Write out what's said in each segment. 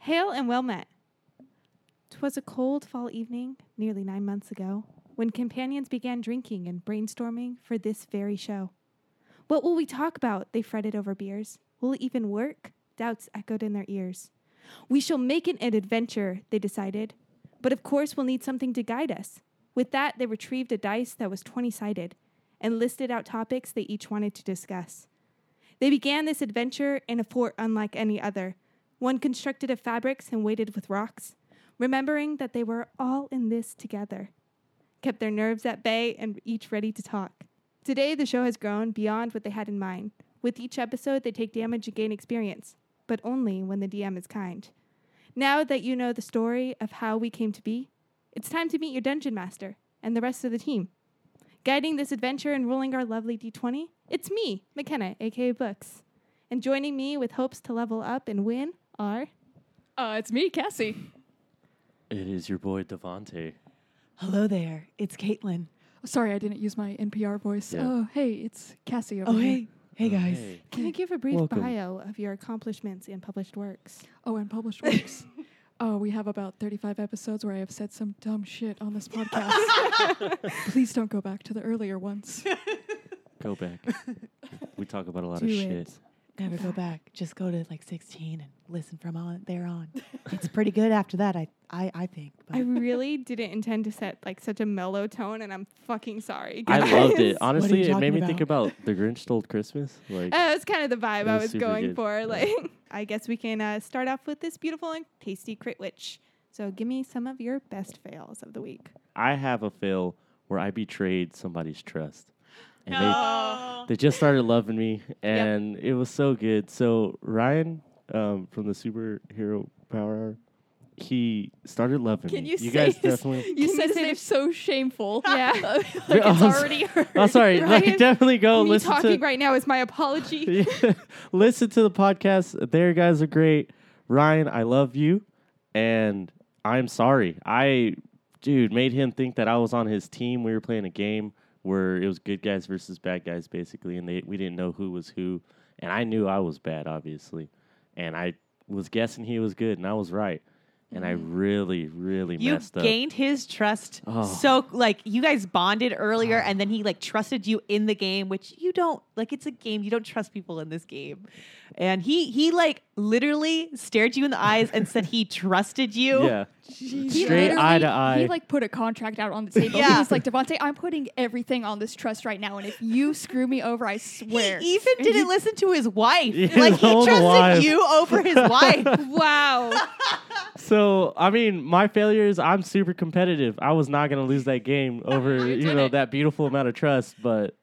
Hail and well met. 'Twas a cold fall evening, nearly nine months ago, when companions began drinking and brainstorming for this very show. What will we talk about? They fretted over beers. Will it even work? Doubts echoed in their ears. We shall make it an adventure, they decided. But of course, we'll need something to guide us. With that, they retrieved a dice that was 20 sided and listed out topics they each wanted to discuss. They began this adventure in a fort unlike any other, one constructed of fabrics and weighted with rocks, remembering that they were all in this together. Kept their nerves at bay and each ready to talk. Today, the show has grown beyond what they had in mind. With each episode, they take damage and gain experience, but only when the DM is kind. Now that you know the story of how we came to be, it's time to meet your dungeon master and the rest of the team. Guiding this adventure and rolling our lovely d20, it's me, McKenna, aka Books. And joining me with hopes to level up and win are. Uh, it's me, Cassie. It is your boy Devante. Hello there, it's Caitlin. Sorry, I didn't use my NPR voice. Yeah. Oh, hey, it's Cassie over Oh, here. hey. Hey, guys. Hey. Can you give a brief Welcome. bio of your accomplishments and published works? Oh, and published works. oh, we have about 35 episodes where I have said some dumb shit on this podcast. Please don't go back to the earlier ones. Go back. we talk about a lot Do of it. shit. Never go back. Just go to like 16 and listen from on there on. it's pretty good after that, I I, I think. But I really didn't intend to set like such a mellow tone, and I'm fucking sorry. I guys. loved it. are you Honestly, it talking made me think about The Grinch Stole Christmas. Like, Uh, it's kind of the vibe That I was was super going good. for. Yeah. Like, I guess we can uh, start off with this beautiful and tasty crit witch. So, give me some of your best fails of the week. I have a fail where I betrayed somebody's trust. And they, they just started loving me, and it was so good. So, Ryan um, from the Superhero Power Hour, he started loving Can me. you you say guys his- definitely. You Can said you his say name's so shameful. Yeah. like Yeah, it's I'm so- already hurt. I'm Oh, sorry. Ryan, like, definitely go Me listen talking to. right now is my apology. Yeah. listen to the podcast. Their guys are great. Ryan, I love you, and I'm sorry. I, dude, made him think that I was on his team. We were playing a game where it was good guys versus bad guys, basically, and they we didn't know who was who, and I knew I was bad, obviously, and I was guessing he was good, and I was right, and I really, really Mm. You messed up. gained his trust Oh. so like you guys bonded earlier Oh. and then he like trusted you in the game which you don't like it's a game you don't trust people in this game. And he he like literally stared you in the eyes and said he trusted you. yeah, He Straight eye to literally- eye. He like put a contract out on the table. Yeah. He was like, Devontae, I'm putting everything on this trust right now, and if you screw me over, I swear. He even And didn't you- listen to his wife. Yeah, like his he own trusted wife. you over his wife. wow. So I mean, my failure is I'm super competitive. I was not gonna lose that game over you know that beautiful amount of trust, but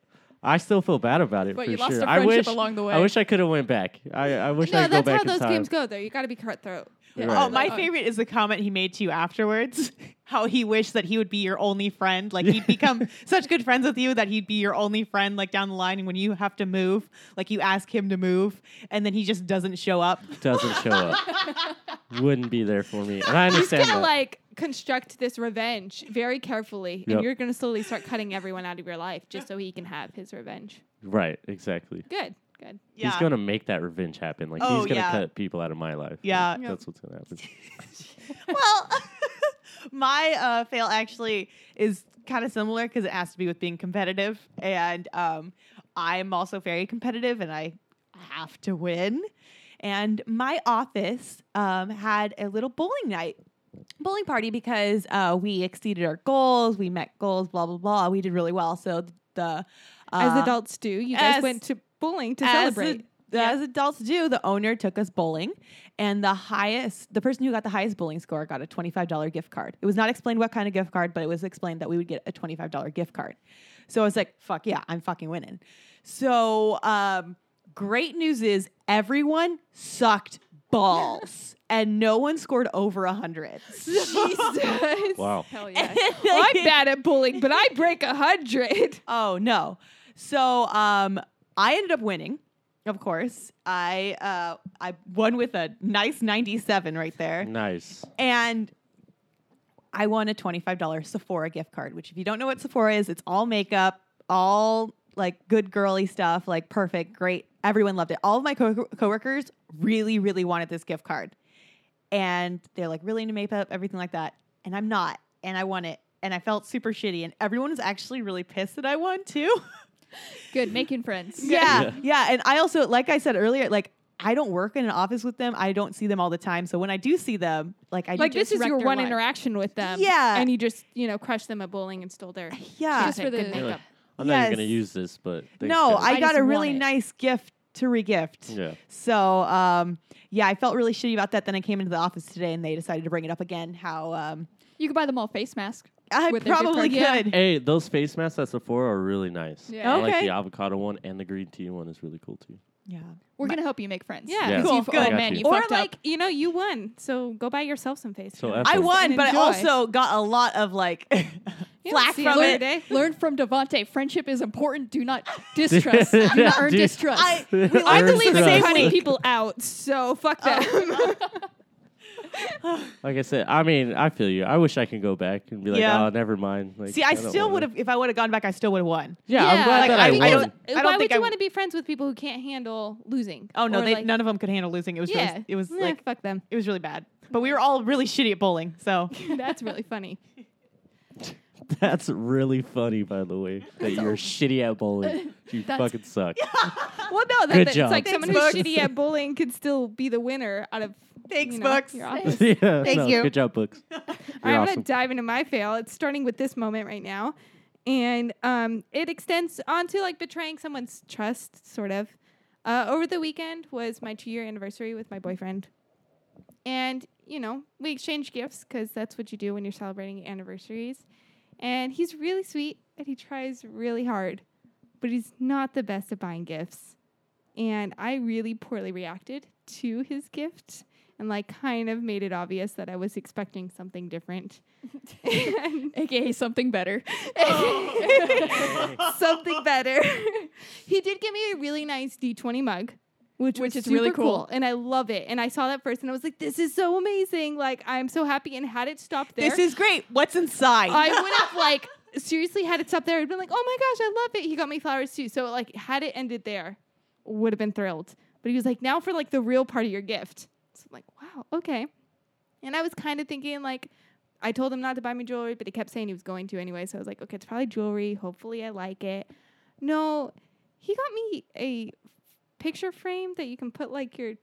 I still feel bad about it But for you sure. lost a I friendship wish along the way. I wish I could have went back. I, I wish I no, could go that's back how in those time. games go, though. You got to be cutthroat. Right. Oh, my Oh. favorite is the comment he made to you afterwards. How he wished that he would be your only friend. Like he'd become such good friends with you that he'd be your only friend. Like down the line, and when you have to move, like you ask him to move, and then he just doesn't show up. Doesn't show up. Wouldn't be there for me, and I He's understand going to that. like construct this revenge very carefully, Yep. and you're going to slowly start cutting everyone out of your life just so he can have his revenge. right, exactly. Good, good. Yeah, He's gonna make that revenge happen. Like Oh, he's gonna yeah. cut people out of my life. Yeah. Like, that's what's gonna happen. well, my uh, fail actually is kind of similar because it has to be with being competitive, and um, I'm also very competitive, and I have to win. And my office um, had a little bowling night. Bowling party because uh, we exceeded our goals, we met goals, blah blah blah. We did really well. So the uh, as adults do, you guys as- went to bowling to as celebrate. a- As adults do, the owner took us bowling, and the highest, the person who got the highest bowling score got a $25 gift card. It was not explained what kind of gift card, but it was explained that we would get a $25 gift card. So I was like, fuck yeah, I'm fucking winning. So, um, great news is everyone sucked balls, and no one scored over 100. Jesus. Wow. Hell yeah. Well, I'm bad at bowling, but I break a hundred. Oh no. So um I ended up winning, of course. I uh I won with a nice 97 right there. Nice. And I won a $25 Sephora gift card, which if you don't know what Sephora is, it's all makeup, all like good girly stuff, like perfect, great. Everyone loved it. All of my co- coworkers really really wanted this gift card. and they're like really into makeup, everything like that. And I'm not, and I won it, and I felt super shitty, and everyone was actually really pissed that I won too. Good, making friends. yeah, Yeah. yeah, And I also, like I said earlier, like. I don't work in an office with them. I don't see them all the time. So when I do see them, like I Like, do this this just is your wrecked their one life. interaction with them. Yeah. And you just, you know, crushed them at bowling and stole their yeah, Just for the- good You're makeup. like, I'm not even gonna Yes. use this, but thanks, no, guys." I, got I just a want really it. nice gift to regift. yeah. So, um, yeah, I felt really shitty about that. Then I came into the office today, and they decided to bring it up again. How um, You could buy them all face masks. I With their gift probably card, yeah. could. Hey, those face masks at Sephora are really nice. Yeah. I like Okay. the avocado one and the green tea one is really cool too. Yeah. We're gonna help you make friends. Yeah. Yeah. 'Cause Cool, you've- good. Oh Got man, you. you Or fucked like, up. you know, you won. So go buy yourself some face So masks. F I them. won, but I enjoy. also got a lot of like Yeah, flack see from you it. later. Day. Learn from Devante. Friendship is important. Do not distrust. Do Yeah, not earn dude. distrust. I- I Earn believe in trust. cutting people out, so fuck Oh, them. Like I said, I mean, I feel you. I wish I could go back and be like, Yeah. oh, never mind. Like, See, I don't still wanna- would have if I would have gone back. I still would have won. Yeah, I'm glad like, that I- I, I won. don't- I Why think would I you w- want to be friends with people who can't handle losing? Oh no, Or, they, like, none of them could handle losing. It was yeah, really, it was Nah, like fuck them. it was really bad. But we were all really shitty at bowling. So That's really funny. That's really funny, by the way, that you're shitty at bowling. You That's- fucking suck. Well, no, that, Good that's job. like Thanks, someone who's Bugs. shitty at bowling could still be the winner out of Thanks, you know, Bugs. your office. yeah, Thank you. Good job, books. All You're right, I'm awesome. gonna dive into my fail. It's starting with this moment right now, and um, it extends onto like betraying someone's trust, sort of. Uh, over the weekend was my two-year anniversary with my boyfriend, and you know we exchanged gifts because that's what you do when you're celebrating anniversaries. And he's really sweet, and he tries really hard, but he's not the best at buying gifts. And I really poorly reacted to his gift and like kind of made it obvious that I was expecting something different. And AKA something better. something better. he did give me a really nice D20 mug. Which, Which was is really super cool. cool. and I love it. And I saw that first, and I was like, "This is so amazing! Like, I'm so happy." And had it stopped there, this is great. What's inside? I would have like seriously had it stop there. I'd been like, oh my gosh, I love it. He got me flowers too. So like, had it ended there, would have been thrilled. But he was like, now for like the real part of your gift. So I'm like, wow, okay. And I was kind of thinking like, I told him not to buy me jewelry, but he kept saying he was going to anyway. So I was like, okay, it's probably jewelry. Hopefully, I like it. No, he got me a picture frame that you can put like your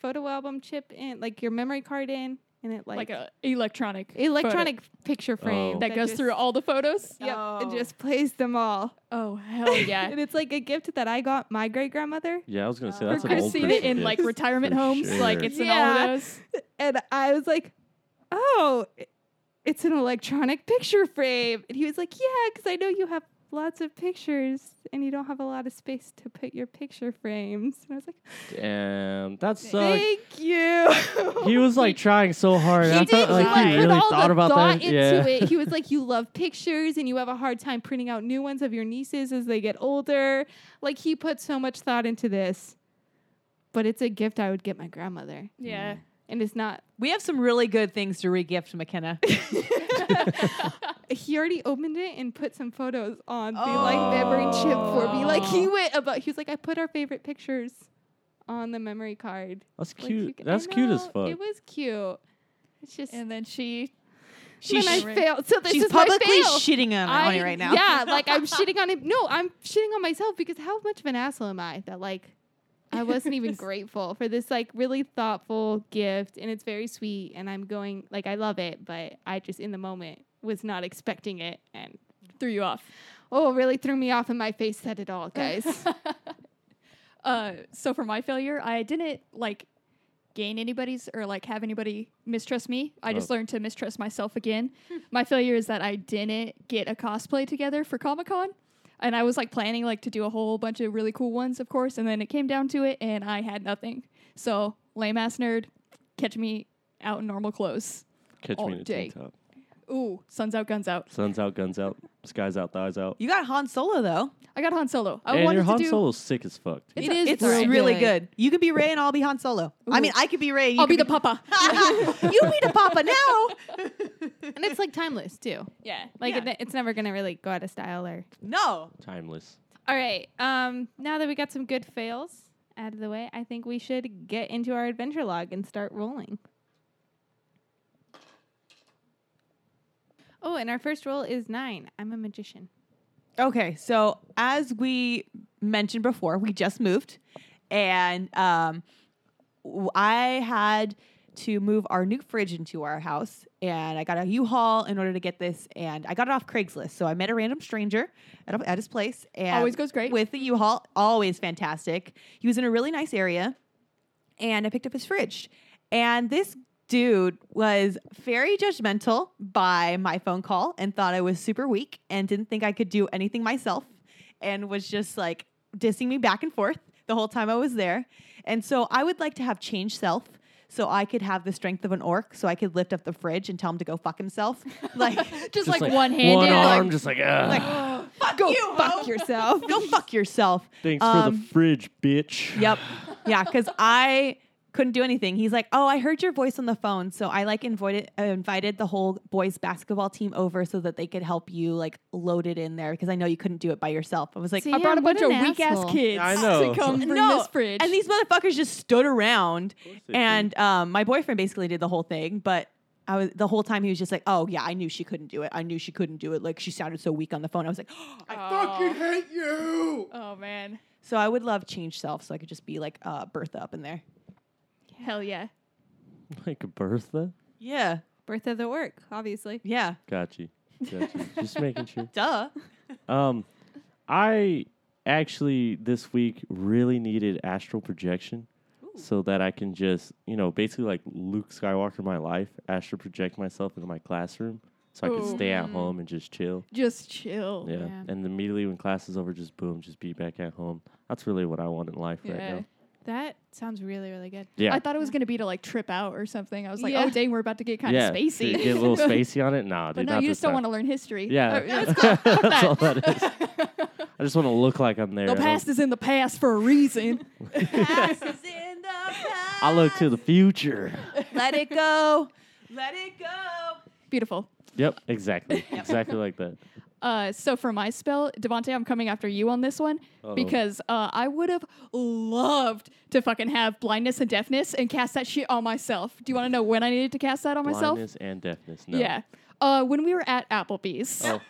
photo album chip in, like your memory card in, and it like, Like a electronic. photo electronic picture frame Oh. that goes just- through all the photos. Yep, it Oh. just plays them all. Oh hell yeah. And it's like a gift that I got my great grandmother. Yeah, I was gonna say Uh, that's We're an I've old seen it person in gift. like retirement for homes. Like sure. it's in all Yeah. of those. And I was like, oh, it's an electronic picture frame. And he was like, yeah, because I know you have lots of pictures and you don't have a lot of space to put your picture frames. And I was like, Damn, that sucked. thank you. He was like trying so hard. He I did. thought like he like, he put really all thought the about thought that. into yeah. it. He was like, "You love pictures, and you have a hard time printing out new ones of your nieces as they get older." Like he put so much thought into this, but it's a gift I would get my grandmother, Yeah. and it's not. we have some really good things to regift, McKenna. He already opened it and put some photos on the like memory chip for me. Like he Oh. went about. He was like, "I put our favorite pictures on the memory card." That's Like, you cute. c- I That's cute as know, fuck. It was cute. It's just. And then she then I She's, failed. So this she's is my publicly fail. shitting on, on I- it right now. Yeah, like I'm shitting on him. No, I'm shitting on myself because how much of an asshole am I that like I wasn't even grateful for this like really thoughtful gift and it's very sweet and I'm going like I love it, but I just in the moment was not expecting it and threw you off. oh it really threw me off and my face said it all, guys. uh, so for my failure, I didn't like gain anybody's or like have anybody mistrust me. I just Oh. learned to mistrust myself again. my failure is that I didn't get a cosplay together for Comic Con. And I was like planning like to do a whole bunch of really cool ones, of course, and then it came down to it and I had nothing. So lame ass nerd, catch me out in normal clothes. Catch all me in a day. tank top. Ooh, suns out, guns out. Sun's out, guns out, skies out, thighs out. You got Han Solo though. I got Han Solo. I and wanted your to Han do Solo's sick as fuck. dude. It's a- It's it's really really good. good. You could be Ray and I'll be Han Solo. I mean, I could be Ray. You I'll be could the papa. you be the papa now. and it's like timeless too. yeah. Like Yeah. it, it's never gonna really go out of style or No. Timeless. All right. Um, now that we got some good fails out of the way, I think we should get into our adventure log and start rolling. Oh, and our first roll is nine. I'm a magician. Okay, so as we mentioned before, we just moved, and um, w- I had to move our new fridge into our house, and I got a U-Haul in order to get this, and I got it off Craigslist. So I met a random stranger at, a- at his place, and Always goes great. with the U-Haul, always fantastic. He was in a really nice area, and I picked up his fridge, and this. Dude was very judgmental by my phone call and thought I was super weak and didn't think I could do anything myself and was just like dissing me back and forth the whole time I was there. And so I would like to have change self so I could have the strength of an orc so I could lift up the fridge and tell him to go fuck himself. Like, Just, like, one handed. one arm, like, just like, ah. fuck go you, fuck yourself. go fuck yourself. Thanks for Um, the fridge, bitch. Yep. Yeah, because I couldn't do anything. He's like, "Oh, I heard your voice on the phone, so I like invited uh, invited the whole boys basketball team over so that they could help you like load it in there because I know you couldn't do it by yourself." I was like, I brought a Damn, what bunch of an weak asshole. ass kids Yeah, I know. to come bring no. this fridge. And these motherfuckers just stood around, they and um, my boyfriend basically did the whole thing. But I was the whole time he was just like, "Oh yeah, I knew she couldn't do it. I knew she couldn't do it. Like she sounded so weak on the phone." I was like, "I fucking hate you." oh man, So I would love change self so I could just be like uh, Bertha up in there. hell yeah. Like Bertha? Yeah, Birth of the work, obviously. yeah, Got you. Got you. just making sure. duh. Um, I actually this week really needed astral projection so that I can just, you know, basically like Luke Skywalker my life, astral project myself into my classroom so I could stay Mm. at home and just chill. Just chill. Yeah. Yeah. And immediately when class is over, just boom, just be back at home. That's really what I want in life right Yeah. now. That sounds really, really good. Yeah. I thought it was gonna be to like trip out or something. I was like, Yeah. oh dang, we're about to get kind yeah. of so spacey. you get a little spacey on it? Nah, dude. but no, not you this just don't time. want to learn history. Yeah. Or- that's That's all that is. I just want to look like I'm there. The I don't- past is in the past for a reason. I look to the future. Let it go. Let it go. beautiful. Yep, exactly. Exactly like that. Uh, so for my spell, Devonte, I'm coming after you on this one Uh-oh. because uh, I would have loved to fucking have blindness and deafness and cast that shit on myself. Do you want to know when I needed to cast that on myself? Blindness and deafness. No. Yeah. Uh, when we were at Applebee's. Oh,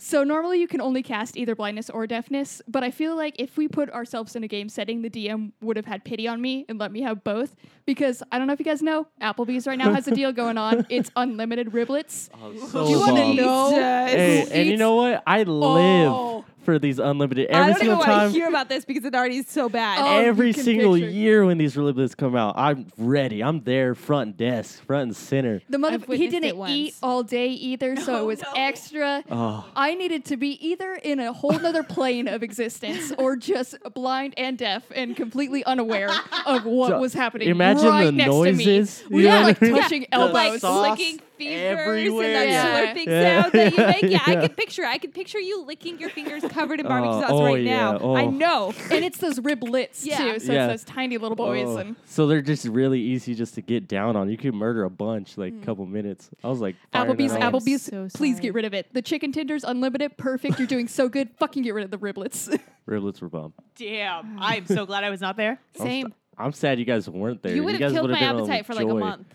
So normally you can only cast either blindness or deafness, but I feel like if we put ourselves in a game setting, the DM would have had pity on me and let me have both because I don't know if you guys know, Applebee's right now has a deal going on. It's unlimited riblets. oh, so Do you want to bomb. know? Hey, who and you eats- know what? I live Oh. for these unlimited I every don't even single want time. to hear about this because it already is so bad. Oh, you Every can single picture. year when these reliblets come out, I'm ready. I'm there, front desk, front and center. The mother I've he witnessed it didn't once. Oh, eat all day either, so it was extra. Oh, I needed to be either in a whole nother plane of existence or just blind and deaf and completely unaware of what So, was happening. imagine right the next noises, To me. We you know were like what I mean? touching Oh, The elbows. like sauce licking fingers everywhere. and that Yeah. slurping Yeah. sound that you make. Yeah, I Yeah. could picture. I could picture you licking your fingers covered in Oh, barbecue sauce oh, right yeah, now. oh. I know. and it's those riblets Yeah. too, so Yeah. it's those tiny little boys. oh. And so they're just really easy just to get down on. You could murder a bunch like Hmm. a couple minutes. I was like, firing Applebee's, that I am up. Applebee's, so please sorry. get rid of it. The chicken tenders, unlimited, perfect. You're doing so good. Fucking get rid of the riblets. Riblets were bomb. Damn. I'm so glad I was not there. Same. I'm sad you guys weren't there. You would have guys killed would've my been on appetite for like a joy. month.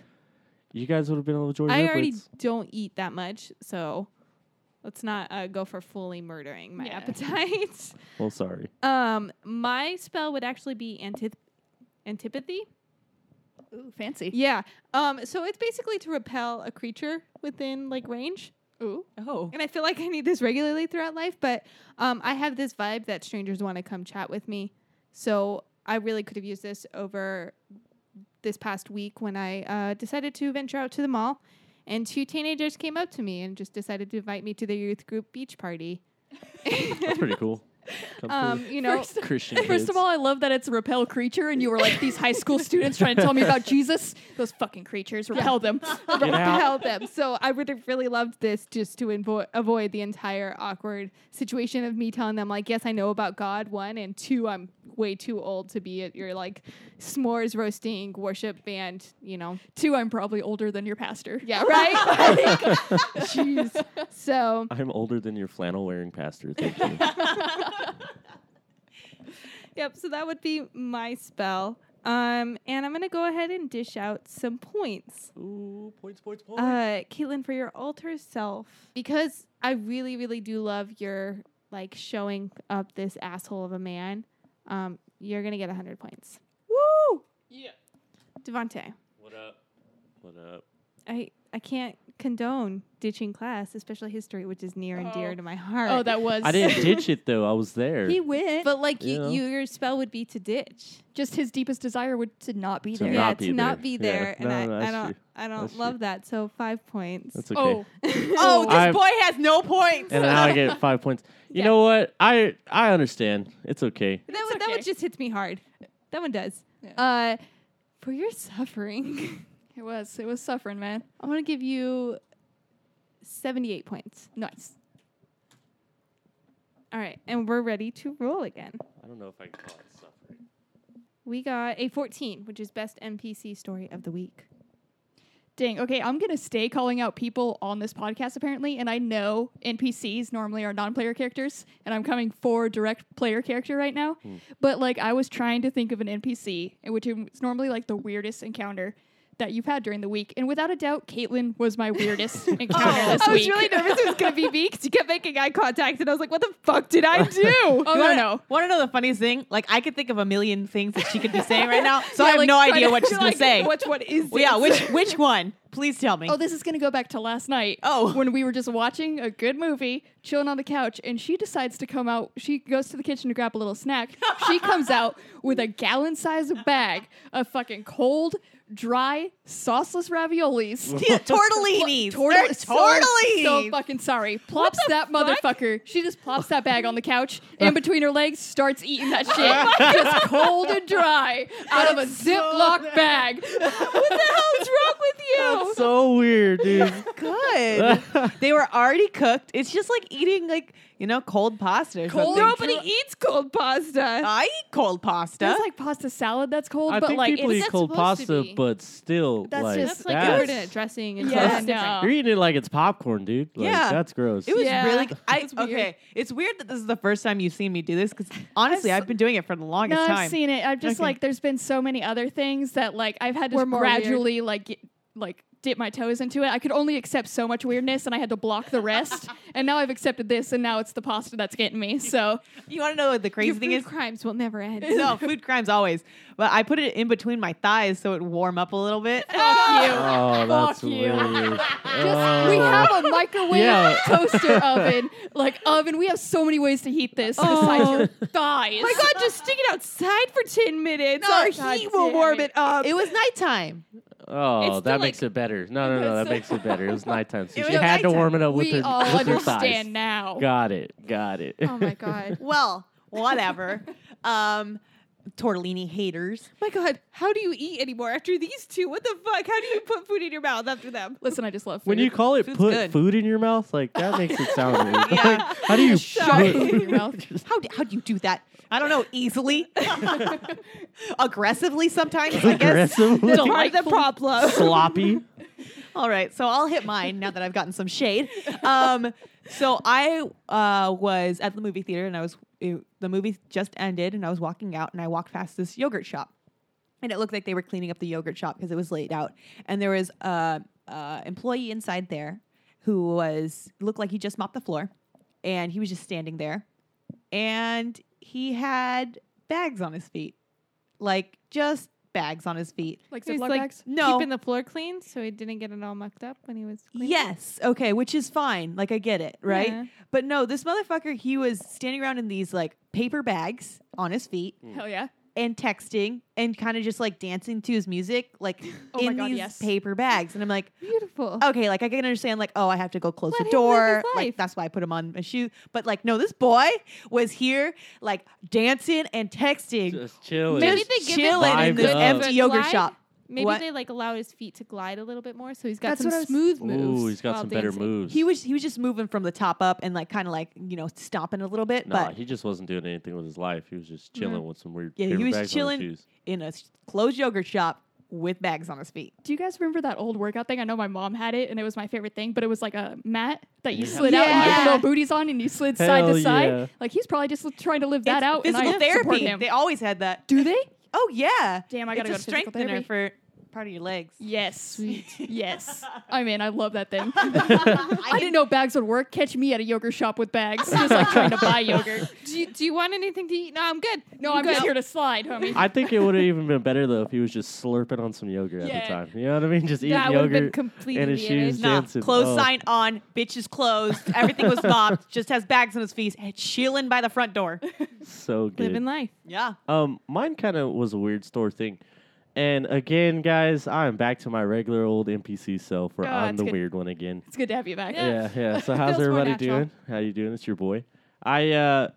You guys would have been on the joy. I already riblets. don't eat that much, so let's not uh, go for fully murdering my Yeah. appetite. Well, sorry. um, my spell would actually be antith- antipathy. Ooh, fancy. Yeah. Um, so it's basically to repel a creature within like range. Ooh. Oh. and I feel like I need this regularly throughout life, but um, I have this vibe that strangers want to come chat with me. So I really could have used this over this past week when I uh, decided to venture out to the mall. And two teenagers came up to me and just decided to invite me to their youth group beach party. That's pretty cool. Come to Um, you know, First- Christian. First of all, I love that it's a repel creature, and you were like these high school students trying to tell me about Jesus. Those fucking creatures, repel them. Get out. repel them. So I would have really loved this just to invo- avoid the entire awkward situation of me telling them like, yes, I know about God, one, and two, I'm way too old to be at your like s'mores roasting worship band, you know. Two, I'm probably older than your pastor. Yeah, right? Like, Jeez. So I'm older than your flannel wearing pastor. Thank you. yep, so that would be my spell. Um, and I'm going to go ahead and dish out some points. Ooh, points, points, points. Uh, Caitlin, for your alter self, because I really, really do love your like showing up this asshole of a man. Um, you're gonna get 100 points. Woo! Yeah. Devante, what up? What up? I I can't condone ditching class, especially history, which is near and dear Oh. to my heart. Oh, that was. I didn't ditch it though. I was there. He went, but But like you, Yeah. you, your spell would be to ditch. just his deepest desire would to not be To there. yeah, not to be not there. be Yeah. there, and No, no, I, I that's don't, true. I don't That's love true. that. So five points. That's okay. Oh, Oh, this I- boy has no points. And now I get five points. You Yeah. know what? I I understand. It's okay. That one, that one okay. just hits me hard. That one does. Yeah. Uh, for your suffering, it was. It was suffering, man. I want to give you seventy-eight points. Nice. All right, and we're ready to roll again. I don't know if I can call it suffering. We got a fourteen, which is best NPC story of the week. Dang. Okay, I'm gonna stay calling out people on this podcast apparently, and I know NPCs normally are non-player characters, and I'm coming for direct player character right now. But like, I was trying to think of an NPC, and which is normally like the weirdest encounter that you've had during the week, and without a doubt, Caitlin was my weirdest encounter this Oh. I was week. really nervous it was gonna be me because you kept making eye contact, and I was like, "What the fuck did I do?" oh no, no. Want to know the funniest thing? Like I could think of a million things that she could be saying right now, so Yeah, I have like, no trying idea to- what she's gonna like, say. Which one is? Well, yeah, this? which which one? Please tell me. Oh, this is going to go back to last night. Oh. When we were just watching a good movie, chilling on the couch, and she decides to come out. She goes to the kitchen to grab a little snack. she comes out with a gallon sized bag of fucking cold, dry, sauceless raviolis. These tortellinis. Tortell- They're so, so tortellinis. fucking sorry. Plops that motherfucker. She just plops that bag on the couch in between her legs, starts eating that Oh shit. just cold and dry out of a Ziploc bag. what the hell's wrong with you? So weird, dude. good. they were already cooked. It's just like eating like you know cold pasta. Or Cold- something. Nobody eats cold pasta. I eat cold pasta. It's like pasta salad that's cold, I but think like people it's eat that's cold supposed to pasta, be. but still, That's like, just That's like that's- covered in a dressing and yeah, stuff. no. you're eating it like it's popcorn, dude. Like, Yeah. that's gross. it was Yeah, really. I it's weird. okay. It's weird that this is the first time you've seen me do this because honestly, I've s- I've been doing it for the longest No, time. I've seen it. I've just Okay. like there's been so many other things that like I've had to Were just more gradually like get, like dip my toes into it. I could only accept so much weirdness, and I had to block the rest. and now I've accepted this, and now it's the pasta that's getting me. So You want to know what the crazy Your thing food is? crimes will never end. Oh no, food crimes always. But I put it in between my thighs so it warm up a little bit. oh, that's Fuck you. weird. just, we Oh. have a microwave Yeah. toaster oven, like oven. We have so many ways to heat this besides Oh. your thighs. My God, just stick it outside for ten minutes. No, Our God heat will damn warm it. it up. It was nighttime. Oh, still that like- makes it better. No, no, no, that That's- makes it better. It was nighttime, so It she was had to nighttime. warm it up with we her all with her thighs. understand now. Got it, got it. oh my God. Well, whatever. um, tortellini haters. Oh My God, how do you eat anymore after these two? What the fuck? How do you put food in your mouth after them? Listen, I just love food. When you call it Food's put good. food in your mouth, like that makes it sound weird. Yeah. Like, how do you shove put- food in your mouth. How do, how do you do that? I don't know. Easily, aggressively sometimes. I guess. aggressively? Part of the problem. sloppy. All right, so I'll hit mine now that I've gotten some shade. Um, so I uh, was at the movie theater and I was it- the movie just ended and I was walking out and I walked past this yogurt shop and it looked like they were cleaning up the yogurt shop because it was laid out and there was a, a employee inside there who was looked like he just mopped the floor and he was just standing there and he had bags on his feet like just bags on his feet Like He's Ziploc like bags? No. keeping the floor clean so he didn't get it all mucked up when he was. Cleaning. Yes. Okay. Which is fine. Like, I get it. Right. Yeah. But no, this motherfucker, he was standing around in these like paper bags on his feet Hell yeah. and texting and kind of just like dancing to his music, like Oh my in God, these yes. paper bags. And I'm like, beautiful. okay, like I can understand, like, oh, I have to go close Let him the live door. his life. Like, that's why I put him on my shoe. But like, no, this boy was here, like, dancing and texting, Just chilling. Maybe just they give him chilling like in a this bit of empty a yogurt glide. shop. Maybe What? they like allow his feet to glide a little bit more so he's got That's some what I was- smooth moves. Ooh, he's got while some better dancing. moves. He was he was just moving from the top up and like kind of like you know stomping a little bit, nah, but he just wasn't doing anything with his life. He was just chilling with some weird. Yeah, he paper was bags on his chilling. shoes. in a s- closed yogurt shop with bags on his feet. Do you guys remember that old workout thing? I know my mom had it, and it was my favorite thing. But it was like a mat that you Yeah. slid out and you Yeah. put little booties on, and you slid side Hell to side. yeah. Like he's probably just trying to live that It's out. Physical and I support therapy. Him. They always had that. Do they? Oh yeah. Damn, I gotta it's go a to physical strengthener therapy. for part of your legs. Yes, sweet. yes. I mean, I love that thing. I didn't know bags would work. Catch me at a yogurt shop with bags, just like trying to buy yogurt. Do you, do you want anything to eat? No, I'm good. No, I'm just here to slide, homie. I think it would have even been better though if he was just slurping on some yogurt at the Yeah. time. You know what I mean? Just eating That would have been yogurt completely and his shoes Nah, dancing. clothes Oh. sign on, bitch is closed. Everything was mopped. Just has bags on his feet, and chilling by the front door. So good. Living life. Yeah. Um, mine kind of was a weird store thing. And again, guys, I'm back to my regular old NPC self where Oh, I'm that's the good. weird one again. It's good to have you back. Yeah, yeah. So how's Feels more everybody natural. doing? How you doing? It's your boy. I uh,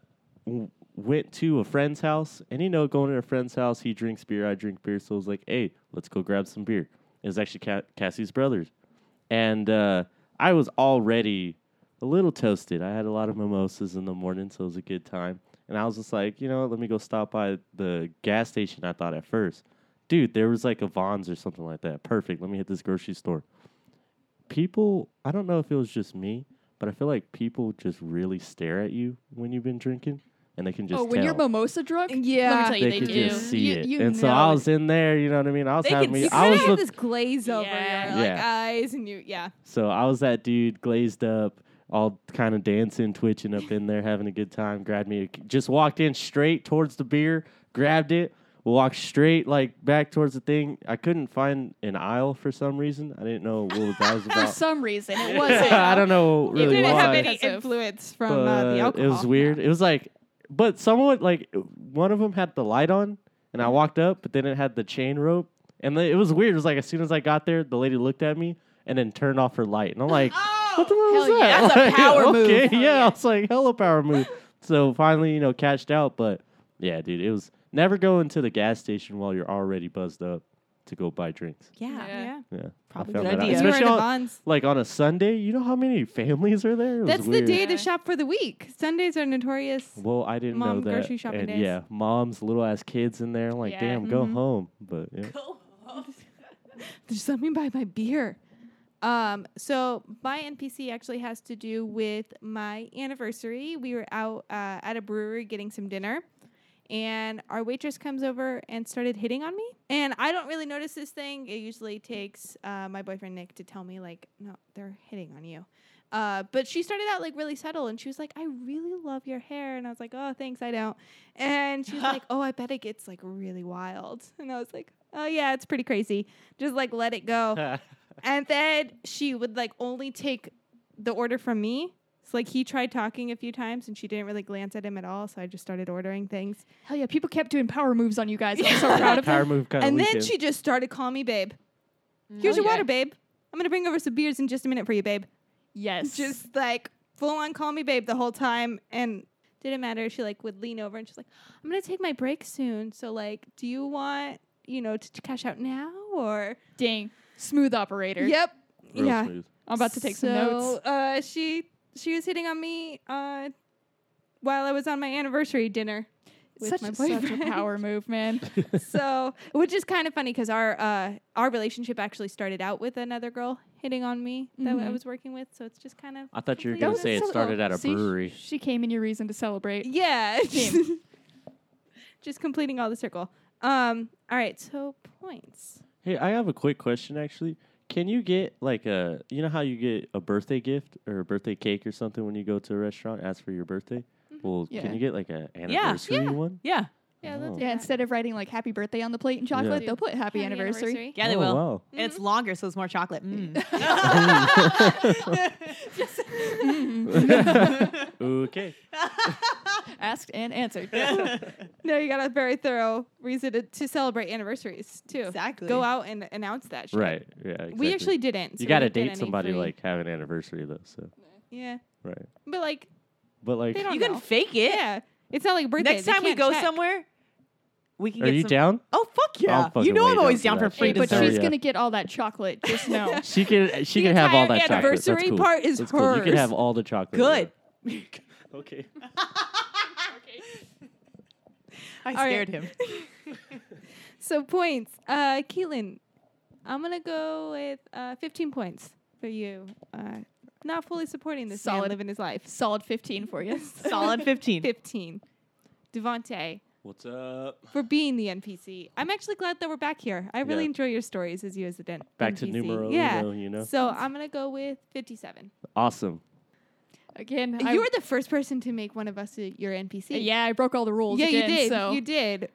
w- went to a friend's house, and you know, going to a friend's house, he drinks beer, I drink beer. So I was like, hey, let's go grab some beer. It was actually Ca- Cassie's brothers, and uh, I was already a little toasted. I had a lot of mimosas in the morning, so it was a good time. And I was just like, you know, what, let me go stop by the gas station. I thought at first, dude, there was like a Vons or something like that. Perfect. Let me hit this grocery store people i don't know if it was just me but i feel like people just really stare at you when you've been drinking and they can just oh, when tell. you're mimosa drunk, let me Yeah. tell they, you, they, could do. just see You- it you and so know i it. was in there you know what i mean i was They having can me see- You i kind of was have the this glaze over Yeah. your like Yeah. eyes, and you, yeah. So I was that dude glazed up, all kind of dancing, twitching up in there, having a good time. Grabbed me, a- just walked in straight towards the beer, grabbed it, walked straight like back towards the thing. I couldn't find an aisle for some reason. I didn't know what that was For about. some reason, it wasn't. I don't know really you didn't why have any Impressive. influence from uh, but the alcohol. It was weird. It was like, but someone like one of them had the light on, and I walked up, but then it had the chain rope, and then it was weird. It was like as soon as I got there, the lady looked at me and then turned off her light, and I'm like, what the hell was hell yeah. that? That's a Like, power move. okay, Yeah, I was like, hella power move. so finally, you know, cashed out. But yeah, dude, it was never going to the gas station while you're already buzzed up to go buy drinks. Yeah. Yeah. Yeah, I Probably found good that out. idea. You were Especially in on- Avon's. like on a Sunday. You know how many families are there? It was That's the weird. day to Yeah. shop for the week. Sundays are notorious. Well, I didn't Mom know that. grocery shopping and days. Mm-hmm. yeah, mom's little ass kids in there. I'm like, Yeah. damn, go home. But yeah. Just let me buy my beer. Um, so my NPC actually has to do with my anniversary. We were out uh, at a brewery getting some dinner, and our waitress comes over and started hitting on me. And I don't really notice this thing. It usually takes uh, my boyfriend Nick to tell me like, no, they're hitting on you. Uh, but she started out like really subtle, and she was like, "I really love your hair," and I was like, "Oh, thanks, I don't." And she's like, "Oh, I bet it gets like really wild," and I was like, "Oh yeah, it's pretty crazy. Just like let it go." And then she would like only take the order from me. So like he tried talking a few times and she didn't really glance at him at all. So I just started ordering things. Hell yeah, people kept doing power moves on you guys. I'm so proud of them. Power move kind and of then she just started calling me babe. Here's Hell your yeah. water, babe. I'm gonna bring over some beers in just a minute for you, babe. Yes. Just like full on call me babe the whole time and didn't matter. She like would lean over and she's like, I'm gonna take my break soon. So like, do you want, you know, to, to cash out now or dang. Smooth operator. Yep. yeah. I'm about to take some notes. So, Uh, she she was hitting on me uh, while I was on my anniversary dinner. With Such, my such a boyfriend. power move, man. so, which is kind of funny because our uh, our relationship actually started out with another girl hitting on me that I Mhm. was working with. So it's just kind of I thought you were That gonna was say it so- started at a See, sh- brewery. She came in your reason to celebrate. yeah, Damn. just completing all the circle. Um, all right, so points. Hey, I have a quick question actually. Can you get like a you know how you get a birthday gift or a birthday cake or something when you go to a restaurant, ask for your birthday? Mm-hmm. Well, Yeah. can you get like an anniversary one? Yeah. Yeah, Oh. let's do Yeah, that. instead of writing like happy birthday on the plate and chocolate, Yeah. they'll put happy, Happy anniversary. Yeah, they Oh, will. Wow. And Mm-hmm. it's longer, so it's more chocolate. Mm. okay. Asked and answered. No, you got a very thorough reason to, to celebrate anniversaries too. Exactly. Go out and announce that. Shit. Right. Yeah. exactly. We actually didn't. so we You gotta didn't get date any somebody free- like have an anniversary though, so yeah, right. but like But like they don't. You know. can fake it. Yeah, it's not like a birthday. Next They time we can't go check. somewhere, we can Are get you some. down? Oh fuck yeah! fucking You know way I'm always down for down for that free Wait, shit. but Hell dessert. she's yeah. gonna get all that chocolate. Just know. She can uh, she The can have all entire that chocolate. That's anniversary cool. part is That's cool. You can hers. have all the chocolate. Good. okay. I right. scared him. So points. Uh, Keelan, I'm gonna go with uh, 15 points for you. Uh, not fully supporting this man Solid. living his life. Solid 15 for you. Solid 15. 15. Devonte, What's up? for being the NPC. I'm actually glad that we're back here. I really Yeah. enjoy your stories as you as the den- Back NPC. to numero yeah. uno, you know? So I'm gonna go with 57. Awesome. Again, I, you were the first person to make one of us a, your NPC. yeah, I broke all the rules. yeah, again, you did. So You did.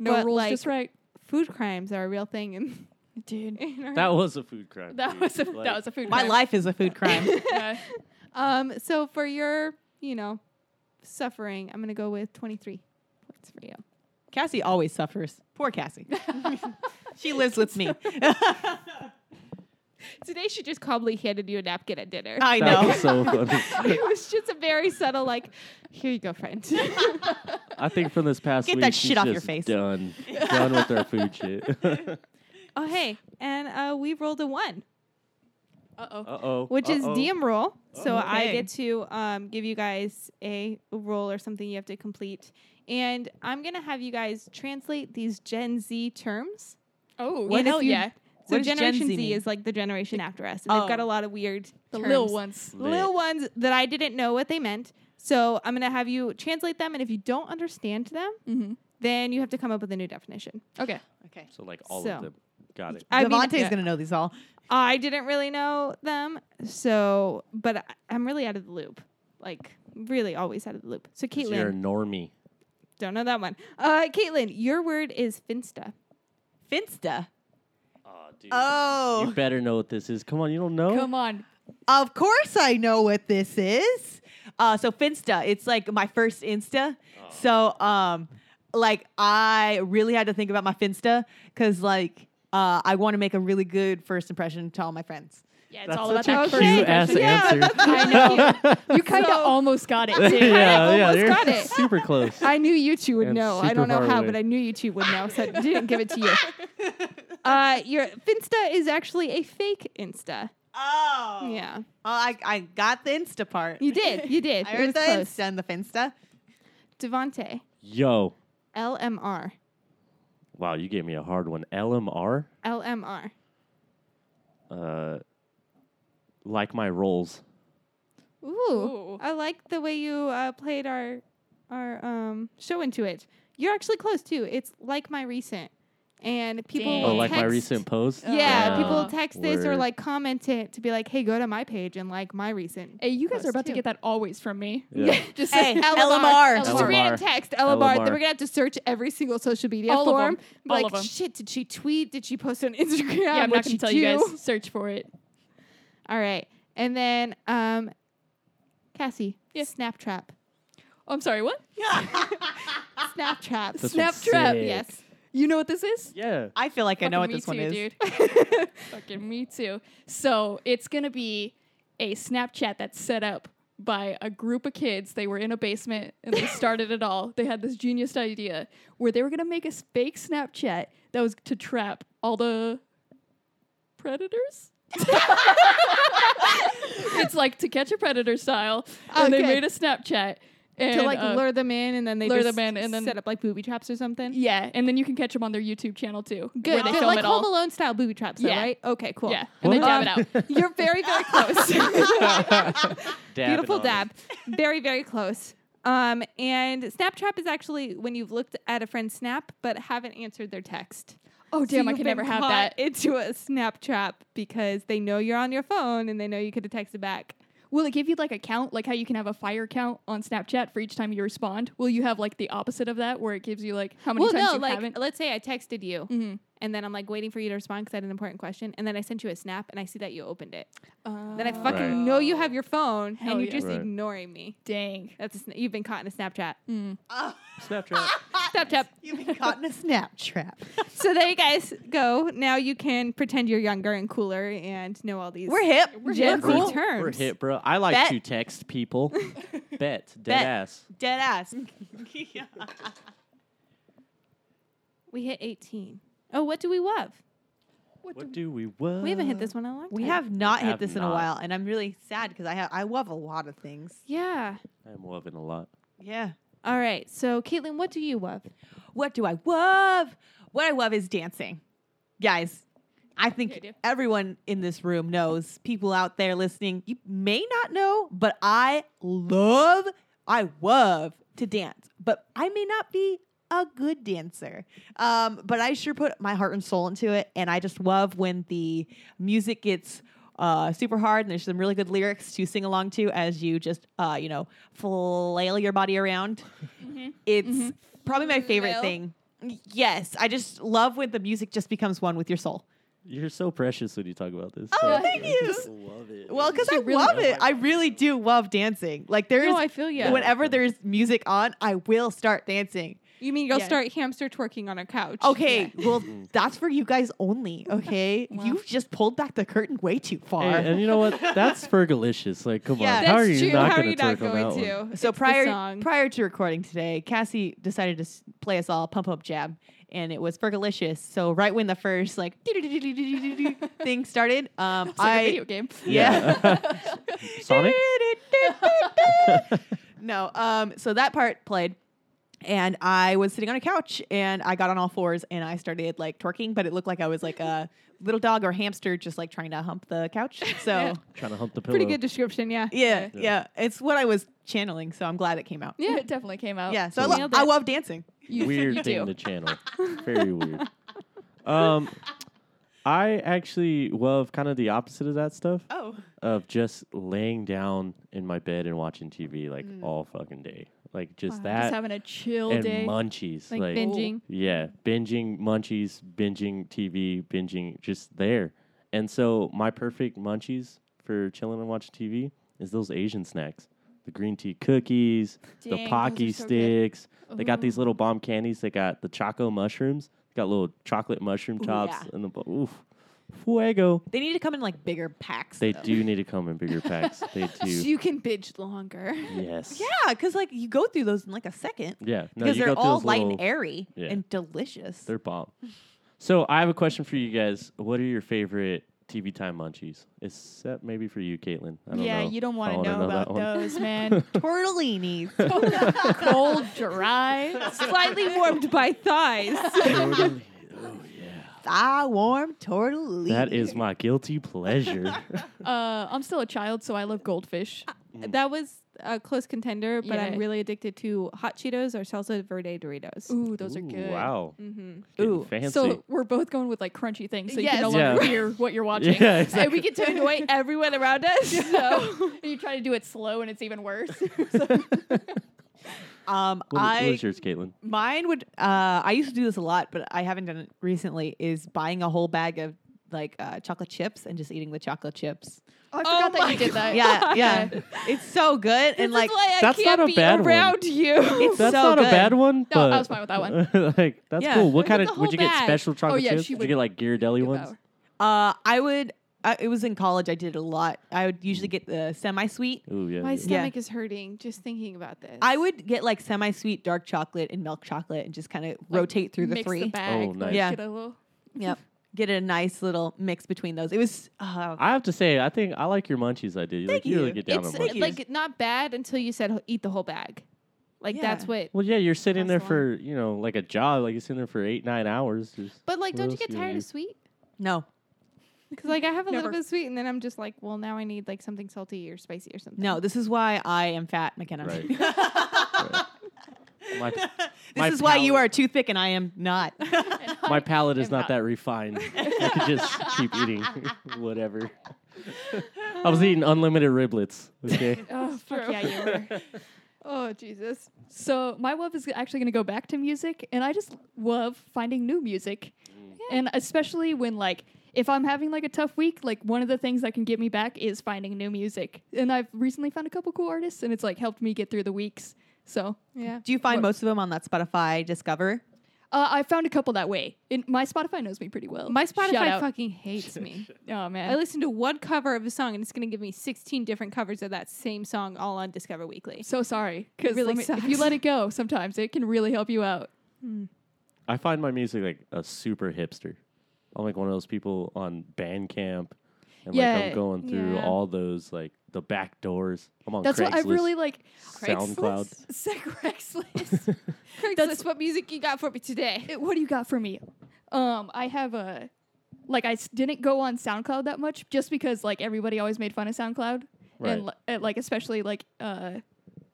no but, rules, like- just right. Food crimes are a real thing, in Dude, in our That was a food crime. that dude. was a Like, that was a food. My crime. life is a food crime. Yeah. Um, so for your, you know, suffering, I'm gonna go with 23 points for you. Cassie always suffers. Poor Cassie. she lives with me. Today she just calmly handed you a napkin at dinner. I that know. was so funny. it was just a very subtle, like, here you go, friend. I think from this past Get week, that she's shit off your just face. Done, done with our food shit. uh oh hey, and uh, we rolled a one, Uh oh. oh. which is DM roll. So I Okay. get to um, give you guys a roll or something you have to complete, and I'm gonna have you guys translate these Gen Z terms. Oh, What what hell if you- yeah. So What does Gen Generation Z Z, mean? is like the generation after us, and they've got a Oh. lot of weird The terms. little ones. Lit. little ones that I didn't know what they meant. So I'm gonna have you translate them, and if you don't understand them, Mm-hmm. then you have to come up with a new definition. Okay. Okay. So like all So. of them. Got it. I mean, Devontae's yeah. gonna know these all. I didn't really know them, so but I, I'm really out of the loop, like really always out of the loop. So 'Cause You're a Caitlin, normie. don't know that one. Uh, Caitlin, your word is finsta. Finsta. Oh, dude. You Oh, better know what this is. Come on, you don't know? Come on. of course I know what this is. Uh, so Finsta, it's like my first Insta. So um, like I really had to think about my Finsta because like uh, I want to make a really good first impression to all my friends. Yeah, it's That's all about such that a that cute cute ass answer. I know. You kind of almost got it too. yeah, yeah, almost you're got it. super close. I knew you two would And know. I super don't know far how, away. but I knew you two would know, so I didn't give it to you. Uh, your finsta is actually a fake Insta. Oh, Yeah. Oh, I, I got the Insta part. You did. You did. it I was heard the close. Insta and the Finsta. Devante. Yo. LMR. Wow, you gave me a hard one. LMR? LMR. Uh, like my rolls. Ooh. Ooh. I like the way you uh, played our our um, show into it. You're actually close too. It's like my recent. And people Dang. will Oh, like my text- recent post? Yeah, Yeah. people text this or Word. like comment it to be like, "Hey, go to my page and like my recent." Hey, you guys Close are about too. to get that always from me. Yeah. Just Hey, LMR. Just random text LMR. Then we're gonna have to search every single social media All of form. 'em. Be All Like, of 'em. shit, did she tweet? Did she post on Instagram? Yeah, I'm What'd not gonna she tell you do? guys. Search for it. All right. And then um Cassie, Yeah. Snap Trap. Oh, I'm sorry. What? Snap Trap. That's Snap what's trap, sick. yes. You know what this is? Yeah. I feel like I know what this one is. dude. Fucking me too. So it's gonna be a Snapchat that's set up by a group of kids. They were in a basement and they started it all. They had this genius idea where they were gonna make a s- fake Snapchat that was to trap all the predators. it's like to catch a predator style, and they Okay. made a Snapchat and to Oh, like uh, lure them in and then they lure just them in and then- set up like booby traps or something. Yeah, and then you can catch them on their YouTube channel too. where Good. they good. film Like it Home all. Alone style booby traps, though, Yeah. right? Okay, cool. um, Yeah, and they What? dab it out. You're very, very close. Dabbing Beautiful on it. dab. very, very close. Um, and Snap Trap is actually when you've looked at a friend's snap but haven't answered their text. Oh So damn! I you've can been never have caught that. into a Snap Trap because they know you're on your phone and they know you could have texted back. Will it give you like a count, like how you can have a fire count on Snapchat for each time you respond? Will you have like the opposite of that, where it gives you like how many well, times no, you like haven't? let's say I texted you Mhm. and then I'm like waiting for you to respond because I had an important question, and then I sent you a snap and I see that you opened it. Then I fucking Right. know you have your phone Hell and you're yeah. just Right. ignoring me. Dang. That's a sna- you've been caught in a Snapchat. Oh, Snapchat. Ah, Snapchat. you've been caught in a snap trap. so there you guys go. Now you can pretend you're younger and cooler and know all these. We're hip. Gen We're cool. Z terms. We're hit, bro. I like Bet. to text people. Bet. Dead Bet. ass. Dead ass. We hit 18. Oh, what do we love? What do we what? We haven't hit this one in a long time. We have not hit Have this in not. a while, and I'm really sad because I have I love a lot of things. Yeah. I'm loving a lot. Yeah. All right. So Caitlin, what do you love? What do I love? What I love is dancing, guys. I think Yeah, I do. everyone in this room knows. People out there listening, you may not know, but I love, I love to dance. But I may not be a good dancer. Um, but I sure put my heart and soul into it, and I just love when the music gets uh, super hard and there's some really good lyrics to sing along to as you just uh, you know flail your body around. It's probably my favorite Flail. thing. Yes, I just love when the music just becomes one with your soul. You're so precious when you talk about this. Oh, Yeah. thank you. I love it. Well, because I really love does. it. I really do love dancing. Like there is, no, I feel you. whenever there's music on, I will start dancing. You mean you'll Yeah. start hamster twerking on our couch? Okay, well that's for you guys only. Okay, you've just pulled back the curtain way too far. Hey, and you know what? That's Fergalicious. Like, come Yeah. on. That's How are you true. not How are gonna you not twerk on that going one? to? It's so the prior song. prior to recording today, Cassie decided to s- play us all pump up jab, and it was Fergalicious. So right when the first like thing started, um, It's like a I video game. Yeah. Sonic? no. Um. So that part played, and I was sitting on a couch, and I got on all fours, and I started like twerking, but it looked like I was like a little dog or hamster, just like trying to hump the couch. So Trying to hump the pillow. Pretty good description, yeah. yeah, yeah, Yeah. it's what I was channeling. So I'm glad it came out. Yeah, it definitely came out. Yeah. So I, So- lo- Nailed I it. love dancing. You- weird you thing do. to channel. Very weird. Um, I actually love kind of the opposite of that stuff Oh, of just laying down in my bed and watching TV like all fucking day, like just Wow. that Mm. Just having a chill and day. munchies, Like, like, binging. yeah, binging munchies, binging TV, binging just there. And so my perfect munchies for chilling and watching TV is those Asian snacks. The green tea cookies, Dang, the those pocky are so good. sticks. They got these little bomb candies. They got the choco mushrooms. They got little chocolate mushroom tops yeah. and the bo- oof. Fuego. they need to come in like bigger packs. They though. do need to come in bigger packs. They So do. you can binge longer. Yes. Yeah, because like you go through those in like a second Yeah. No, because you they're go through all those light little- and airy Yeah. and delicious. They're bomb. So I have a question for you guys. What are your favorite TV time munchies? Except maybe for you, Caitlin. I don't yeah, know. you don't I want to wanna know, know that about one. those, man. Tortellinis. Cold, dry. Slightly warmed by thighs. Tortellini. oh yeah. I warm tortellini. That is my guilty pleasure. Uh, I'm still a child, so I love goldfish. that was a close contender, but I'm Yeah. really addicted to hot Cheetos or salsa verde Doritos. Ooh, those are Ooh, good. Mm. Wow. Mm-hmm. Getting Ooh, fancy. So we're both going with like crunchy things, so you Yes. can no longer Yeah. hear what you're watching. Yeah, And we get to annoy everyone around us. So you try to do it slow, and it's even worse. Um, What, I what is yours, Caitlin? mine would. Uh, I used to do this a lot, but I haven't done it recently. Is buying a whole bag of like uh, chocolate chips and just eating the chocolate chips. Oh, I forgot that you did that. yeah, yeah, it's so good and like. That's not a bad one. you. It's That's so not good. a bad one. No, I but was fine with that one. like that's Yeah. cool. What Look kind at of the would you whole get? bag. Special chocolate Oh, yeah, chips? Did she you would get like Ghirardelli Devour. ones? Uh, I would. Uh, it was in college. I did it a lot. I would usually get the semi-sweet. Ooh yeah. My yeah. stomach is hurting just thinking about this. I would get like semi-sweet dark chocolate and milk chocolate and just kind of rotate through the Mix three. the bag. Oh, nice. like, Yeah. get a little- Yep. Get a nice little mix between those. It was uh, I have to say, I think I like your munchies. I do. Thank like, you. really you. get down it's on munchies. like not bad until you said "H- eat the whole bag. Like Yeah. that's what. Well, yeah, you're sitting there That's the for you know like a job, like you're sitting there for eight nine hours. Just But like, What don't you else get do you tired do? of sweet? no, Because like I have a little Never. bit of sweet, and then I'm just like, well, now I need like something salty or spicy or something. no. This is why I am fat, McKenna. Right. my this My is why you palate- are too thick and I am not. my palate is am not not- that refined. I could just keep eating whatever. I was eating unlimited riblets. Okay. Oh, fuck true. yeah, you were. Oh Jesus. So my love is actually going to go back to music, and I just love finding new music, and especially when like if I'm having like a tough week, like one of the things that can get me back is finding new music, and I've recently found a couple cool artists, and it's like helped me get through the weeks. So Yeah. Do you find What? most of them on that Spotify Discover? uh, I found a couple that way. And my Spotify knows me pretty well. My Shout Spotify out. fucking hates me. oh man, I listen to one cover of a song, and it's gonna give me 16 different covers of that same song, all on Discover Weekly. so sorry because really if you sucks. let it go, sometimes it can really help you out. I find my music like a super hipster. I'm like one of those people on Bandcamp, and like Yeah, I'm going through yeah. all those like the back doors. I'm on That's Craigslist, what I really like. SoundCloud. Craigslist. Craigslist, That's- what music you got for me today? it- what do you got for me? Um, I have a like I s- didn't go on SoundCloud that much just because like everybody always made fun of SoundCloud Right. and li- uh, like especially like uh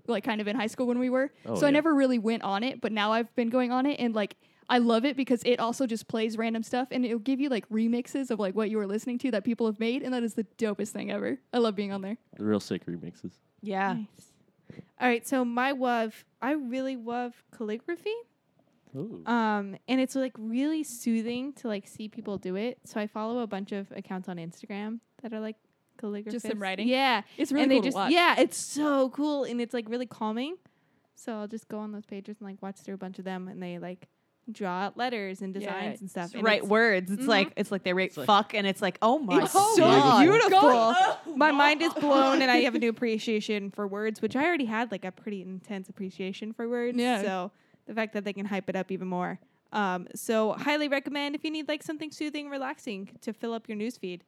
like kind of in high school when we were. Oh, so I yeah. never really went on it, but now I've been going on it and like I love it because it also just plays random stuff and it'll give you like remixes of like what you were listening to that people have made and that is the dopest thing ever. I love being on there. Real sick remixes. Yeah. Nice. All right, so my love, I really love calligraphy. Ooh. Um, and it's like really soothing to like see people do it. So I follow a bunch of accounts on Instagram that are like calligraphy. them writing? Yeah. It's really and cool they just to watch. yeah, it's so cool and it's like really calming. So I'll just go on those pages and like watch through a bunch of them and they like draw out letters and Yeah, designs and stuff. Just and write it's- words. It's like it's like they write like- fuck, and it's like oh my Mm-hmm. It's so god, beautiful. My mind is blown and I have a new appreciation for words, which I already had like a pretty intense appreciation for words. Yeah. So the fact that they can hype it up even more. Um, so highly recommend if you need like something soothing, relaxing to fill up your newsfeed.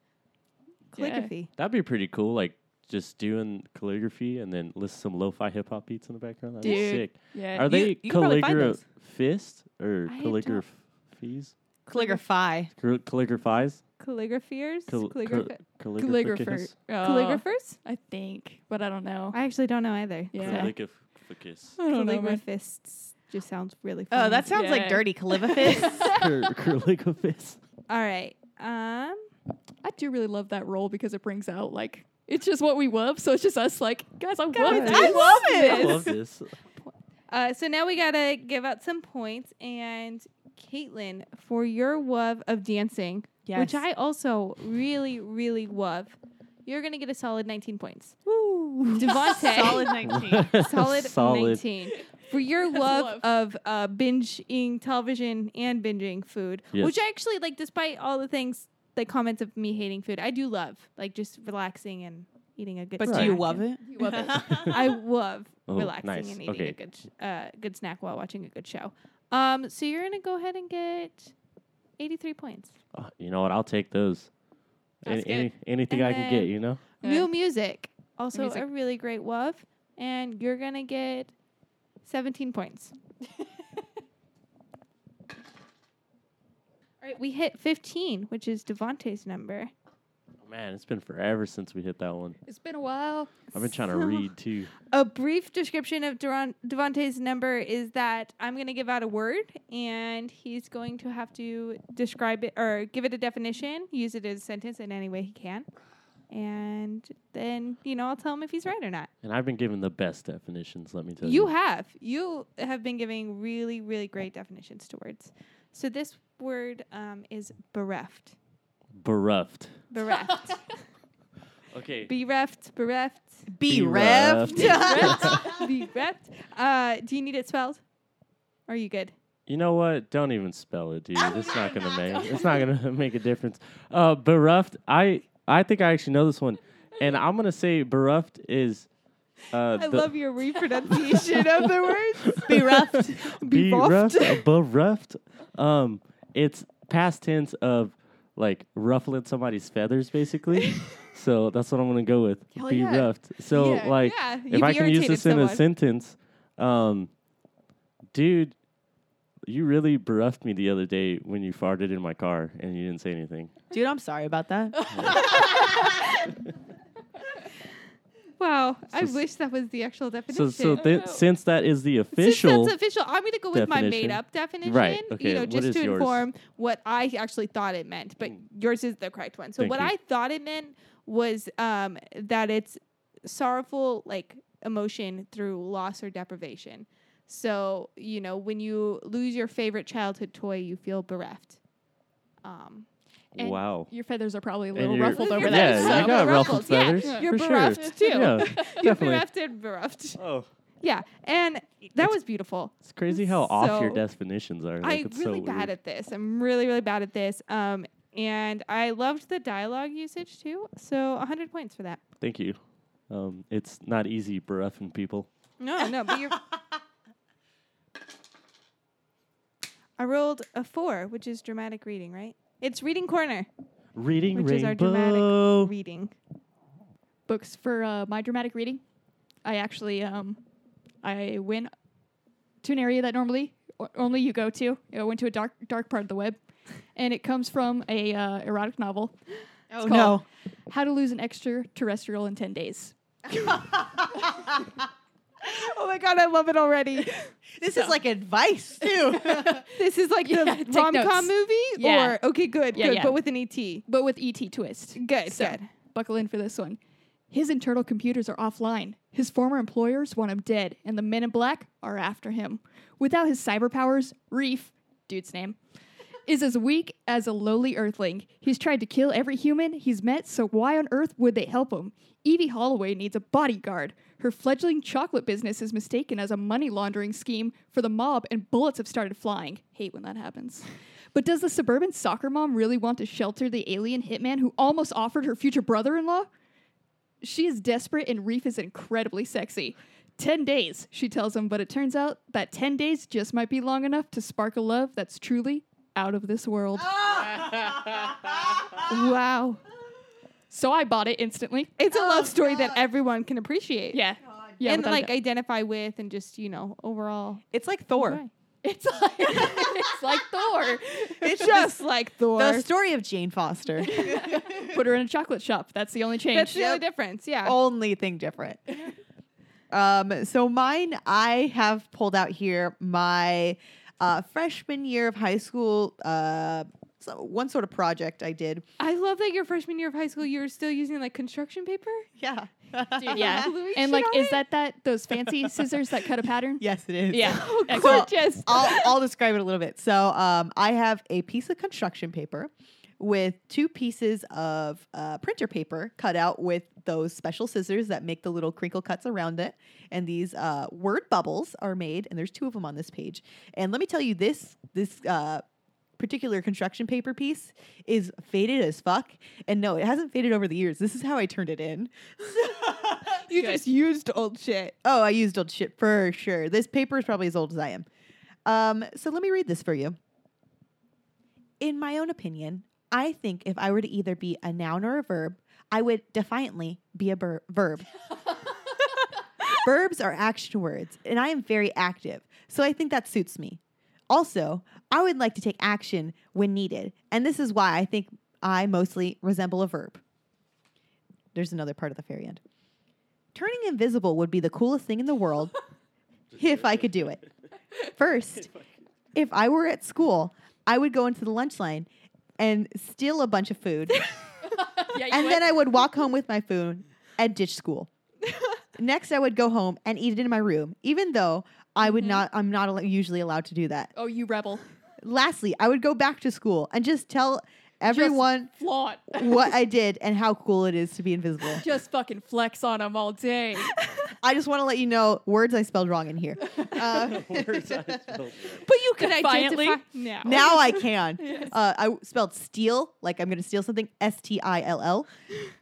Calligraphy. That'd be pretty cool. Like just doing calligraphy and then listen to some lo-fi hip hop beats in the background. That'd Dude. be sick. Yeah. Are they you- you can probably find those. calligraphist or I don't- calligraphies? Calligraphy. Cal- calligraphies? Calligraphiers. Cal- Calligraph- cal- Calligrapher. calligraphicis? Oh, calligraphers? I think, but I don't know. I actually don't know either. Yeah. Calligraphicis. I don't know. man. Calligraphists just sounds really funny. Oh, that sounds like Yeah. dirty calligraphist. Cal- Calligraphis. all right. Um I do really love that role because it brings out like it's just what we love. So it's just us like guys. I love Guys, this. I love I it. love this. Uh, so now we gotta give out some points, and Caitlin, for your love of dancing, which I also really, really love, you're gonna get a solid 19 points. Woo. Devontae. solid nineteen. Solid, Solid. 19 for your love, of uh, binging television and binging food, Yes. which I actually like. Despite all the things, the comments of me hating food, I do love like just relaxing and eating a good. But snack do you and- love it? You love it. I love Oh, relaxing nice. and eating Okay. a good sh- uh, good snack while watching a good show. Um, so you're gonna go ahead and get 83 points. Uh, you know what? I'll take those. Any, That's any, anything And I can get, then- you know? Yeah. New music, also Music. a really great love, and you're gonna get 17 points. All right, we hit 15, which is Devonte's number. Man, it's been forever since we hit that one. It's been a while. I've been trying to So- read too. A brief description of Duran- Devonte's number is that I'm going to give out a word, and he's going to have to describe it or give it a definition, use it as a sentence in any way he can, and then you know I'll tell him if he's right or not. And I've been given the best definitions, let me tell you. You have you have been giving really really great definitions to words. So this word um, is bereft, Bereft. bereft, Okay. bereft, bereft, Be Bereft. revved. bereft. Uh, do you need it spelled? Are you good? You know what? Don't even spell it, dude. It's not gonna make it's not gonna make a difference. Uh, bereft. I I think I actually know this one, and I'm gonna say bereft is. Uh, I the- love your repronunciation of the words. Be bereft. revved. bereft. Um, it's past tense of like ruffling somebody's feathers, basically. so that's what I'm gonna go with. Hell yeah. bereft. So Yeah, like, yeah, if you've I can use irritated this in a someone. sentence, um, dude. You really bereft me the other day when you farted in my car and you didn't say anything. Dude, I'm sorry about that. Wow, I So- wish that was the actual So, definition. so know. th- since that is the Since official, that's official, I'm going to go with my definition. made-up definition. okay, You know, what just is to yours? inform what I actually thought it meant, but yours is the correct one. So Mm. Thank what you. I thought it meant was um, that it's sorrowful, like emotion through loss or deprivation. So you know, when you lose your favorite childhood toy, you feel bereft. Um, and wow, your feathers are probably a And little you're- ruffled Your over yeah, that. feathers you are so- got ruffled ruffled, yeah. feathers Yeah. You're for bereft sure. too. Yeah, You're definitely. bereft and bereft. Oh, Yeah, and that was beautiful. it's crazy how off your So- definitions are. Like, I'm it's really so bad weird. at this. I'm really, really bad at this. Um, and I loved the dialogue usage too. So 100 points for that. Thank you. Um, it's not easy berefting people. No, no, but you're. I rolled a four, which is dramatic reading, right? It's reading corner, Reading which is our rainbow. dramatic reading. books for uh, my dramatic reading. I actually um, I went to an area that normally o- only you go to. I went to a dark dark part of the web, and it comes from a uh, erotic novel. Oh called- no. How to Lose an Extraterrestrial in Ten Days. Oh my god, I love it already. This is So. like advice too. This is like Yeah, the take rom com notes. movie, Yeah. or okay, good, Yeah, good, yeah. but with an E ET. Good, but with ET twist. So- good. Buckle in for this one. His internal computers are offline. His former employers want him dead, and the men in black are after him. Without his cyber powers, Reef, dude's name, is as weak as a lowly earthling. He's tried to kill every human he's met, so why on earth would they help him? Evie Holloway needs a bodyguard. Her fledgling chocolate business is mistaken as a money laundering scheme for the mob, and bullets have started flying. Hate when that happens. But does the suburban soccer mom really want to shelter the alien hitman who almost offered her future brother in law? She is desperate and Reef is incredibly sexy. 10 days, she tells him, but it turns out that 10 days just might be long enough to spark a love that's truly out of this world. Wow. So I bought it instantly. It's a love story that everyone can appreciate. Oh, Yeah. Yeah, and without a like doubt. identify with and just, you know, overall. it's like Thor. it's like it's like Thor. It's just like Thor. The story of Jane Foster. Put her in a chocolate shop. That's the only change. That's the only difference. Yeah. Oh. Only thing different. Um, so mine, I have pulled out here my uh, freshman year of high school. Uh, so one sort of project I did. I love that your freshman year of high school, you were still using like construction paper. Yeah. Dude, yeah. Gluey shit and like on is it? that that those fancy scissors that cut a pattern? Yes, it is. Yeah. So- Excellent. Gorgeous. I'll, I'll describe it a little bit. So um, I have a piece of construction paper with two pieces of uh, printer paper cut out with those special scissors that make the little crinkle cuts around it. And these uh, word bubbles are made, and there's two of them on this page. And let me tell you, this this uh, particular construction paper piece is faded as fuck. And no, it hasn't faded over the years. This is how I turned it in. You just used old shit. Oh, I used old shit for sure. This paper is probably as old as I am. Um, so let me read this for you. In my own opinion, I think if I were to either be a noun or a verb, I would defiantly be a bur- verb. Verbs are action words, and I am very active, so I think that suits me. Also, I would like to take action when needed, and this is why I think I mostly resemble a verb. There's another part of the fairy end. Turning invisible would be the coolest thing in the world if I could do it. First, if I were at school, I would go into the lunch line and steal a bunch of food, Yeah, you and would. then I would walk home with my food and ditch school. Next, I would go home and eat it in my room, even though I would not. I'm not al- usually allowed to do that. Oh, you rebel. Lastly, I would go back to school and just tell everyone Flaunt. what I did and how cool it is to be invisible. Just fucking flex on them all day. I just want to let you know words I spelled wrong in here. Uh, Words I spelled wrong. But you could Defiantly? identify now. now I can. Uh, I w- spelled steal, like I'm going to steal something, S T I L L.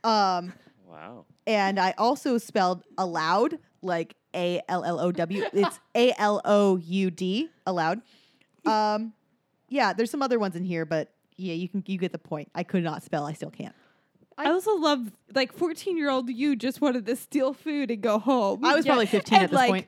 Um, Wow. and I also spelled allowed, like A L L O W. It's A L O U D, allowed. Um, yeah, there's some other ones in here, but yeah, you can you get the point. I could not spell, I still can't. I also love like 14 year old you just wanted to steal food and go home. I was Yeah, probably 15 at and, this like- point.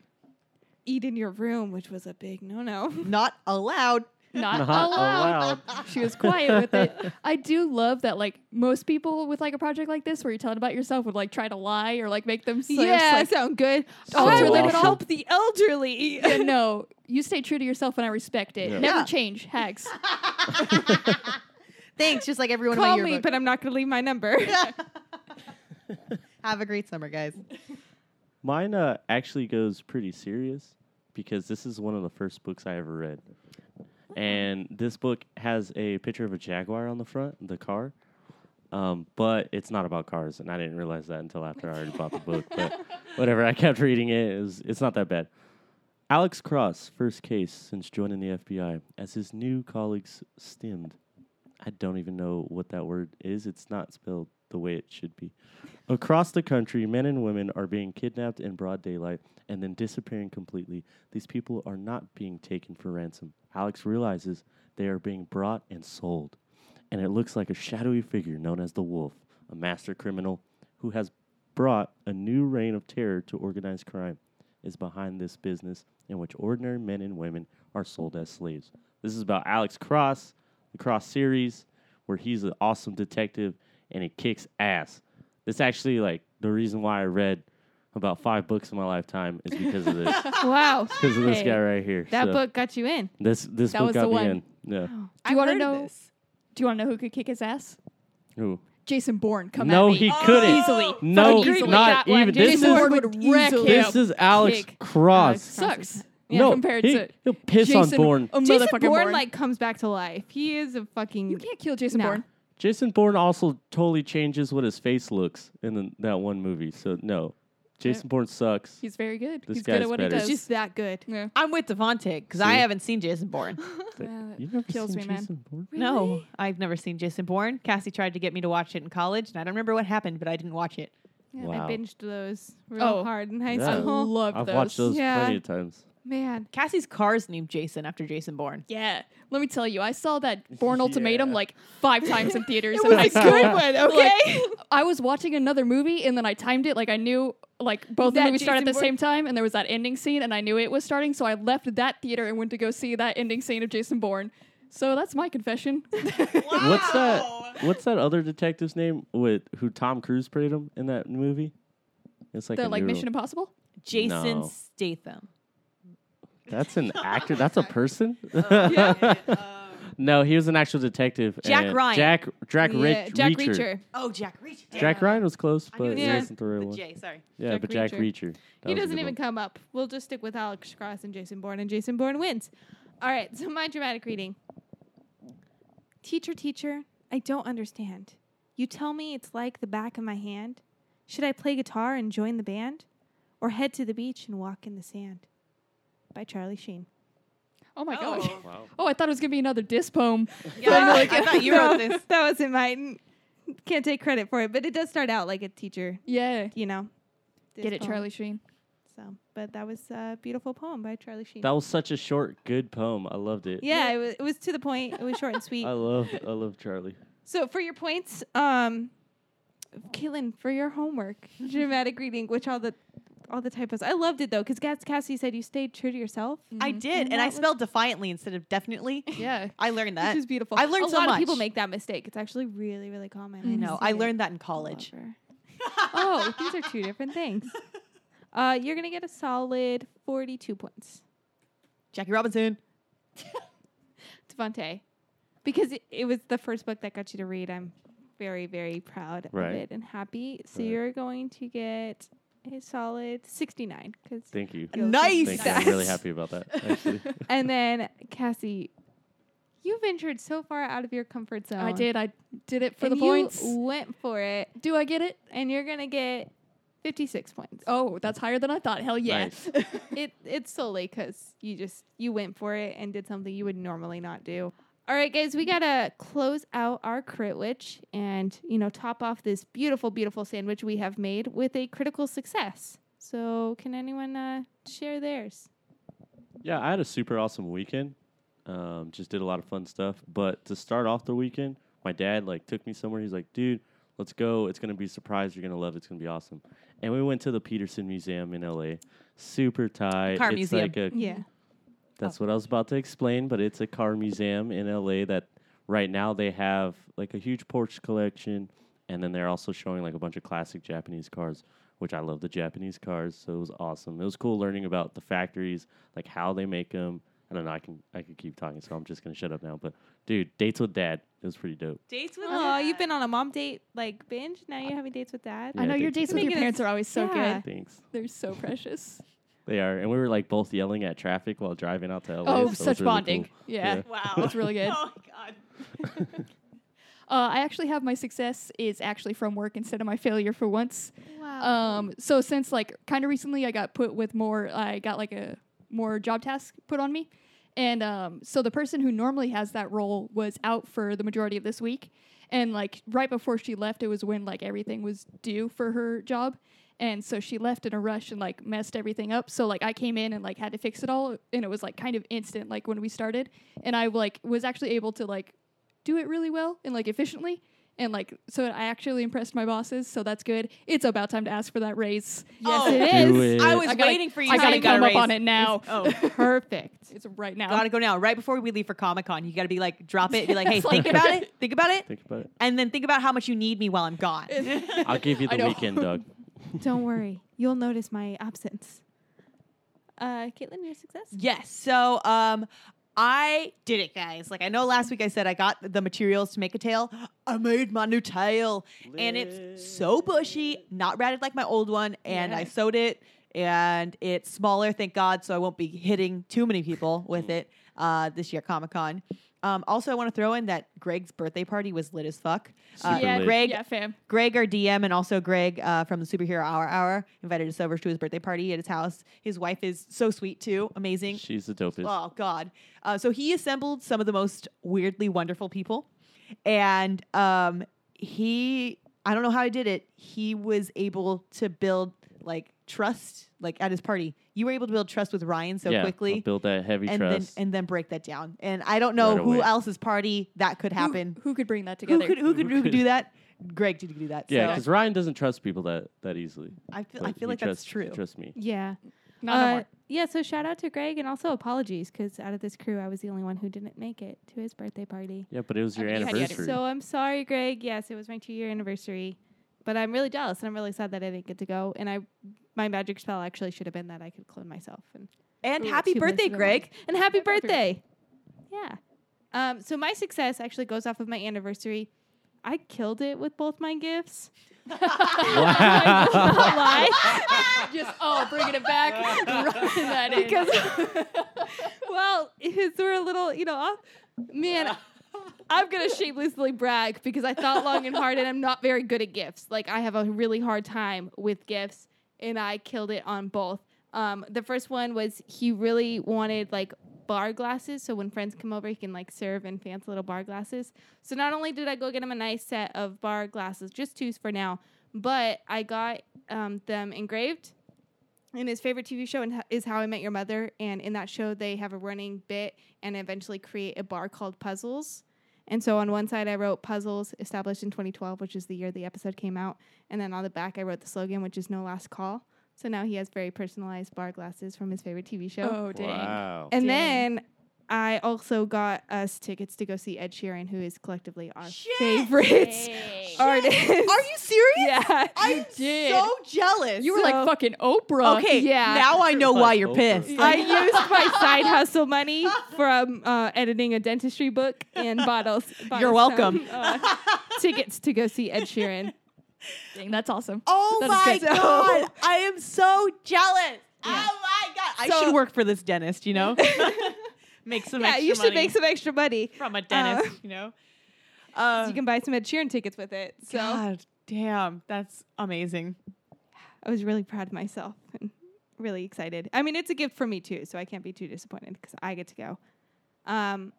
eat in your room, which was a big no no. Not allowed. Oh, Not Not, allowed. allowed. She was quiet with it. I do love that, like most people with like a project like this, where you're telling about yourself, would like try to lie or like make them. So yeah, like, sound good. Oh, I would awesome. help the elderly. yeah, no, you stay true to yourself, and I respect it. Yeah. Never Yeah. change, hags. Thanks, just like everyone Call in my me, yearbook. but I'm not going to leave my number. Have a great summer, guys. Mine uh, actually goes pretty serious because this is one of the first books I ever read. And this book has a picture of a Jaguar on the front, the car. Um, but it's not about cars, and I didn't realize that until after I already bought the book. But whatever, I kept reading it. it was, it's not that bad. Alex Cross, first case since joining the FBI, as his new colleagues stemmed. I don't even know what that word is. It's not spelled the way it should be. Across the country, men and women are being kidnapped in broad daylight and then disappearing completely. These people are not being taken for ransom. Alex realizes they are being brought and sold. And it looks like a shadowy figure known as the Wolf, a master criminal who has brought a new reign of terror to organized crime, is behind this business in which ordinary men and women are sold as slaves. This is about Alex Cross, the Cross series, where he's an awesome detective and he kicks ass. This actually like the reason why I read about five books in my lifetime is because of this. wow. Because of this Hey, guy right here. That So book got you in. This this That book was got the me one. in. Yeah. Oh. Do you want heard to of know? this. Do you want to know who could kick his ass? Ooh. Jason Bourne. Come No, at me. Oh, he couldn't. Easily. No, Fucking easily. not That one. even. This Jason is- Bourne would wreck easily. him. This is Alex Kick. Cross. Sucks. Yeah, no, compared he, to will piss on Jason- Bourne. A Jason motherfucking Bourne, Bourne. like comes back to life. He is a fucking. You can't kill Jason No. Bourne. Jason Bourne also totally changes what his face looks in the, that one movie. So no, Jason Bourne sucks. He's very good. This He's good guy's at what better. he He's does. just that good. yeah. I'm with Devontae because I See? haven't seen Jason Bourne. Yeah, that You've never kills seen me, man. Jason Bourne? No, I've never seen Jason Bourne. Cassie tried to get me to watch it in college, and I don't remember what happened, but I didn't watch it. Yeah, Wow. I binged those real Oh. hard in high Yeah. I school. love I've those. watched those Yeah. plenty of times. Man, Cassie's car's named Jason after Jason Bourne. Yeah. Let me tell you, I saw that Born Yeah. Ultimatum like five times in theaters. in was high a school. good one, okay? Like, I was watching another movie and then I timed it like I knew like both the That movies started at Jason the Bourne- same time and there was that ending scene and I knew it was starting, so I left that theater and went to go see that ending scene of Jason Bourne. So that's my confession. What's that? What's that other detective's name with who Tom Cruise played him in that movie? It's like the a like neuro- Mission Impossible. Jason No. Statham. That's an actor. That's a person. Um, no, he was an actual detective. Jack and Ryan. Jack Jack Yeah, Rich, Jack Reacher. Reacher. oh, Jack Reacher. Jack Ryan was close, I knew but it it was wasn't the real The one. J, sorry. Yeah, Jack but Jack Reacher. Reacher. That He was a doesn't good even one. come up. We'll just stick with Alex Cross and Jason Bourne, and Jason Bourne wins. All right, so my dramatic reading. Teacher, teacher, I don't understand. You tell me it's like the back of my hand. Should I play guitar and join the band? Or head to the beach and walk in the sand? By Charlie Sheen. Oh my gosh. Oh. Wow. Oh, I thought it was gonna be another diss poem. Yeah, From, like, I thought you No, wrote this. That wasn't mine. Can't take credit for it, but it does start out like a teacher, Yeah. you know. Get it, poem. Charlie Sheen. So, but that was a beautiful poem by Charlie Sheen. That was such a short, good poem. I loved it. yeah, it was, it was to the point. It was short and sweet. I love, I love Charlie. So for your points, um, Caitlin, for your homework, dramatic reading, which all the all the typos. I loved it though, because Cassie said you stayed true to yourself. I did, and I spelled defiantly instead of definitely. Yeah. I learned that. Which is beautiful. I learned a so lot of people much. make that mistake. It's actually really, really common. I know. see I it learned that in all college. over. oh, these are two different things. Uh, you're gonna get a solid 42 points, Jackie Robinson. Devante, because it, it was the first book that got you to read. I'm very, very proud Right. of it and happy. So Right. you're going to get a solid 69 because Thank you. You'll Nice. Thank you. I'm really happy about that. Actually. And then Cassie, you ventured so far out of your comfort zone. I did. I did it for and the points. You went for it, Do I get it? and you're gonna get fifty-six points. Oh, that's higher than I thought. Hell yeah. Nice. It it's solely because you just you went for it and did something you would normally not do. All right, guys, we gotta close out our crit witch and you know top off this beautiful, beautiful sandwich we have made with a critical success. So, can anyone uh, share theirs? Yeah, I had a super awesome weekend. Um, just did a lot of fun stuff. But to start off the weekend, my dad like took me somewhere. He's like, "Dude, let's go. It's gonna be a surprise. You're gonna love it. It's gonna be awesome." And we went to the Peterson Museum in LA. Super tight. Car it's museum. like a Yeah, That's what I was about to explain, but it's a car museum in LA that right now they have like a huge Porsche collection, and then they're also showing like a bunch of classic Japanese cars, which I love the Japanese cars, so it was awesome. It was cool learning about the factories, like how they make them. I don't know. I can I could keep talking, so I'm just gonna shut up now. But dude, dates with dad, it was pretty dope. Dates with Oh, you've been on a mom date like binge. Now you're having dates with dad. Yeah, I know your thank you. dates with Making your us- parents are always so yeah. good. Thanks. They're so precious. They are, and we were like both yelling at traffic while driving out to LA. so it oh, was such really bonding. cool. Yeah. Yeah. Wow. That's really good. Oh my god. Uh, I actually have my success is actually from work instead of my failure for once. Wow. Um, so since like kind of recently, I got put with more. I got like a more job task put on me, and um, so the person who normally has that role was out for the majority of this week, and like right before she left, it was when like everything was due for her job, and so she left in a rush and like messed everything up. So like I came in and like had to fix it all, and it was like kind of instant like when we started, and I like was actually able to like do it really well and like efficiently. And like, so I actually impressed my bosses, so that's good. It's about time to ask for that raise. yes, Oh. it Do is. it. I was I gotta- waiting for you. I to gotta say come up raise. on it now. Oh, Perfect. It's right now. gotta go now. Right before we leave for Comic Con, you gotta be like, drop it. Be like, hey, It's think like- about it. Think about it. Think about it. And then think about how much you need me while I'm gone. I'll give you I the know. weekend, Doug. Don't worry. you'll notice my absence. Uh, Caitlin, your success? Yes. So um I did it, guys. Like I know last week I said I got the materials to make a tail. I made my new tail. And it's so bushy, not ratted like my old one, and I Yeah. sewed it and it's smaller, thank God, so I won't be hitting too many people with it uh, this year at Comic Con. Um, also, I want to throw in that Greg's birthday party was lit as fuck. Uh, Super yeah, lit. Greg yeah, fam. Greg, our DM, and also Greg uh, from the Superhero Hour Hour, invited us over to his birthday party at his house. His wife is so sweet too, amazing. She's the dopest. Oh God! Uh, so he assembled some of the most weirdly wonderful people, and um, he—I don't know how he did it. He was able to build like trust, like at his party. You were able to build trust with Ryan so yeah, quickly, I'll build that heavy and trust. then and then break that down. And I don't know Right who away. else's party that could Who- happen. Who, could bring that Who, together? could who could who could- could do that? Greg did do that. yeah, so. because Ryan doesn't trust people that that easily. I feel, I but he feel like trusts- that's true. Trust me. Yeah. Not Uh, no more. Yeah, so shout out to Greg and also apologies because out of this crew, I was the only one who didn't make it to his birthday party. Yeah, but it was I your mean, you had- you had- anniversary. So I'm sorry, Greg. Yes, it was my two year anniversary, but I'm really jealous and I'm really sad that I didn't get to go. And I, my magic spell actually should have been that I could clone myself. And And Ooh, happy two minutes birthday, of the Greg. and happy Happy birthday. Yeah. Um, so my success actually goes off of my anniversary. I killed it with both my gifts. I will not lie. Just oh, bringing it back, running that in. because well because we're a little you know off man i'm gonna shamelessly brag because i thought long and hard and i'm not very good at gifts like i have a really hard time with gifts and i killed it on both um, the first one was he really wanted like bar glasses so when friends come over he can like serve in fancy little bar glasses so not only did i go get him a nice set of bar glasses just two for now but i got um, them engraved in his favorite TV show and ho- is How I Met Your Mother. And in that show, they have a running bit and eventually create a bar called Puzzles. And so on one side, I wrote Puzzles established in 2012, which is the year the episode came out. And then on the back, I wrote the slogan, which is No Last Call. So now he has very personalized bar glasses from his favorite TV show. oh dang. Wow. and dang. then I also got us tickets to go see Ed Sheeran, who is collectively our favorite artist. Are you serious? yeah. I'm did. so jealous. You were like So- fucking Oprah. okay, yeah. now I know Like why you're Oprah. pissed. I used my side hustle money from uh, editing a dentistry book and bottles. bought You're us welcome. some, uh, tickets to go see Ed Sheeran. Dang, that's awesome. oh That's my good. god, I am so jealous. Oh my god, I So- should work for this dentist. You know, make some. yeah, extra you should money make some extra money. from a dentist. you know, uh, so you can buy some Ed Sheeran tickets with it. So God damn, that's amazing. I was really proud of myself and really excited. I mean, it's a gift for me too, so I can't be too disappointed because I get to go. Um,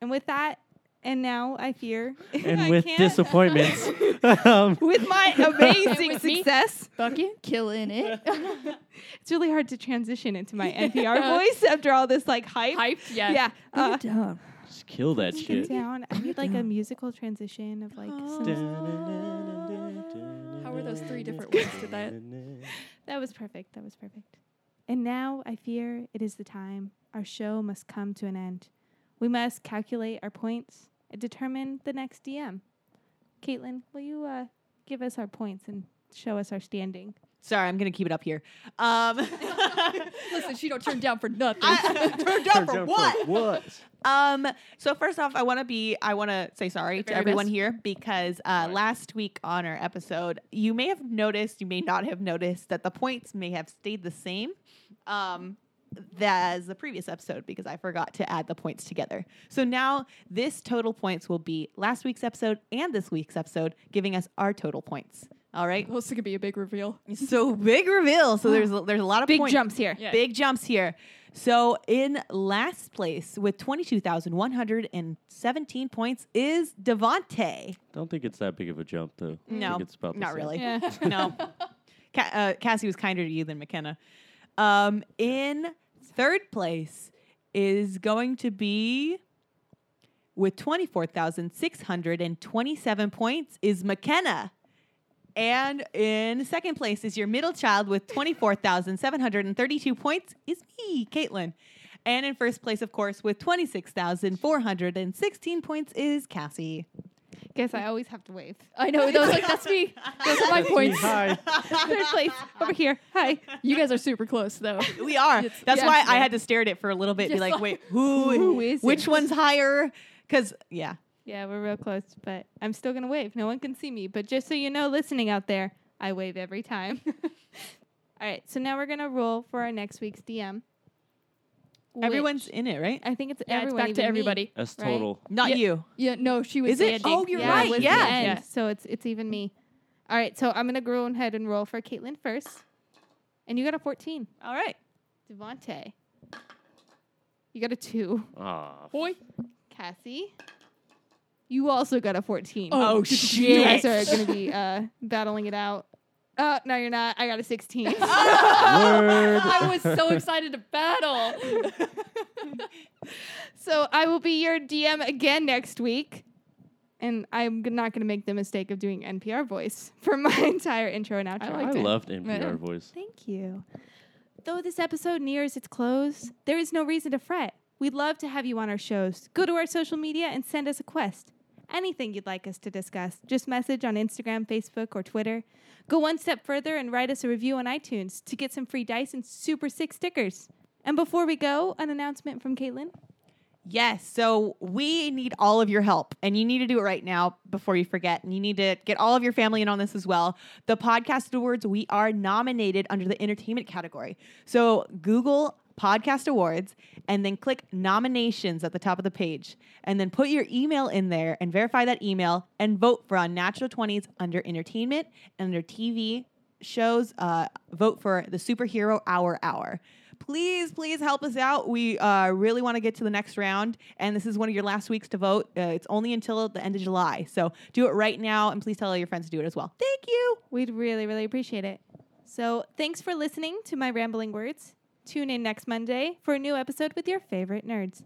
and with that, and now I fear And I with can't- disappointments, um, with my amazing With me? success. Fucking killing it. It's really hard to transition into my NPR voice after all this like hype. Hyped, yeah. Yeah. Uh, just kill that get shit. down. I need like a musical transition of like some, How were those three different ways to that? that was perfect. That was perfect. And now I fear it is the time. Our show must come to an end. We must calculate our points and determine the next DM. Caitlin, will you uh, give us our points and show us our standing? Sorry, I'm gonna keep it up here. Um, Listen, she don't turn down for nothing. I, turned down for what? What? Um, so first off, I want to be I want to say sorry The to very everyone best. here because uh, last week on our episode, you may have noticed, you may not have noticed that the points may have stayed the same. Um tha- as the previous episode because I forgot to add the points together. So now this total points will be last week's episode and this week's episode giving us our total points. All right? Well, this is gonna be a big reveal. So big reveal. So there's a- there's a lot of Big points. jumps here. Yeah. Big jumps here. So in last place with 22,117 points is Devante. Don't think it's that big of a jump, though. I No, think it's about the not same. really. Yeah. no. Ca- uh, Cassie was kinder to you than McKenna. Um, in third place is going to be with 24,627 points is McKenna. And in second place is your middle child with 24,732 points is me, Caitlin. And in first place, of course, with 26,416 points is Cassie. guess I always have to wave. I know. That was like, that's me. Those are my That's me. points. Hi. Third place over here. Hi. You guys are super close, though. We are. It's- That's yeah. why I had to stare at it for a little bit and be Just like, like, wait, who, who is which it? one's higher? Because, yeah. Yeah, we're real close, but I'm still gonna wave. No one can see me, but just so you know, listening out there, I wave every time. All right, so now we're gonna roll for our next week's DM. Everyone's which- in it, right? I think it's Yeah, it's everyone. back even to me. everybody. That's Right. total. Not Yeah. you. Yeah, no, she was Is it? standing. Oh, you're Yeah, right, it was the yeah. end, Yeah. So it's it's even me. All right, so I'm gonna go ahead and roll for Caitlin first, and you got a 14. All right. Devante, you got a two. Aw, Boy. Cassie, you also got a 14. Oh, You shit. guys are going to be uh, battling it out. Uh, no, you're not. I got a 16. word. I was so excited to battle. so I will be your DM again next week. And I'm g- not going to make the mistake of doing NPR voice for my entire intro and outro. I I liked it. loved NPR Yeah. voice. Thank you. Though this episode nears its close, there is no reason to fret. We'd love to have you on our shows. Go to our social media and send us a quest. Anything you'd like us to discuss, just message on Instagram, Facebook, or Twitter. Go one step further and write us a review on iTunes to get some free dice and Super Six stickers. And before we go, an announcement from Caitlin. Yes. So we need all of your help, and you need to do it right now before you forget. And you need to get all of your family in on this as well. The Podcast Awards, we are nominated under the entertainment category. So Google Podcast Awards and then click nominations at the top of the page. And then put your email in there and verify that email and vote for Unnatural 20s under entertainment and under TV shows uh, vote for the superhero hour hour please please help us out we uh, really want to get to the next round and this is one of your last weeks to vote uh, it's only until the end of july so do it right now and please tell all your friends to do it as well thank you We'd really, really appreciate it. So thanks for listening to my rambling words. Tune in next Monday for a new episode with your favorite nerds.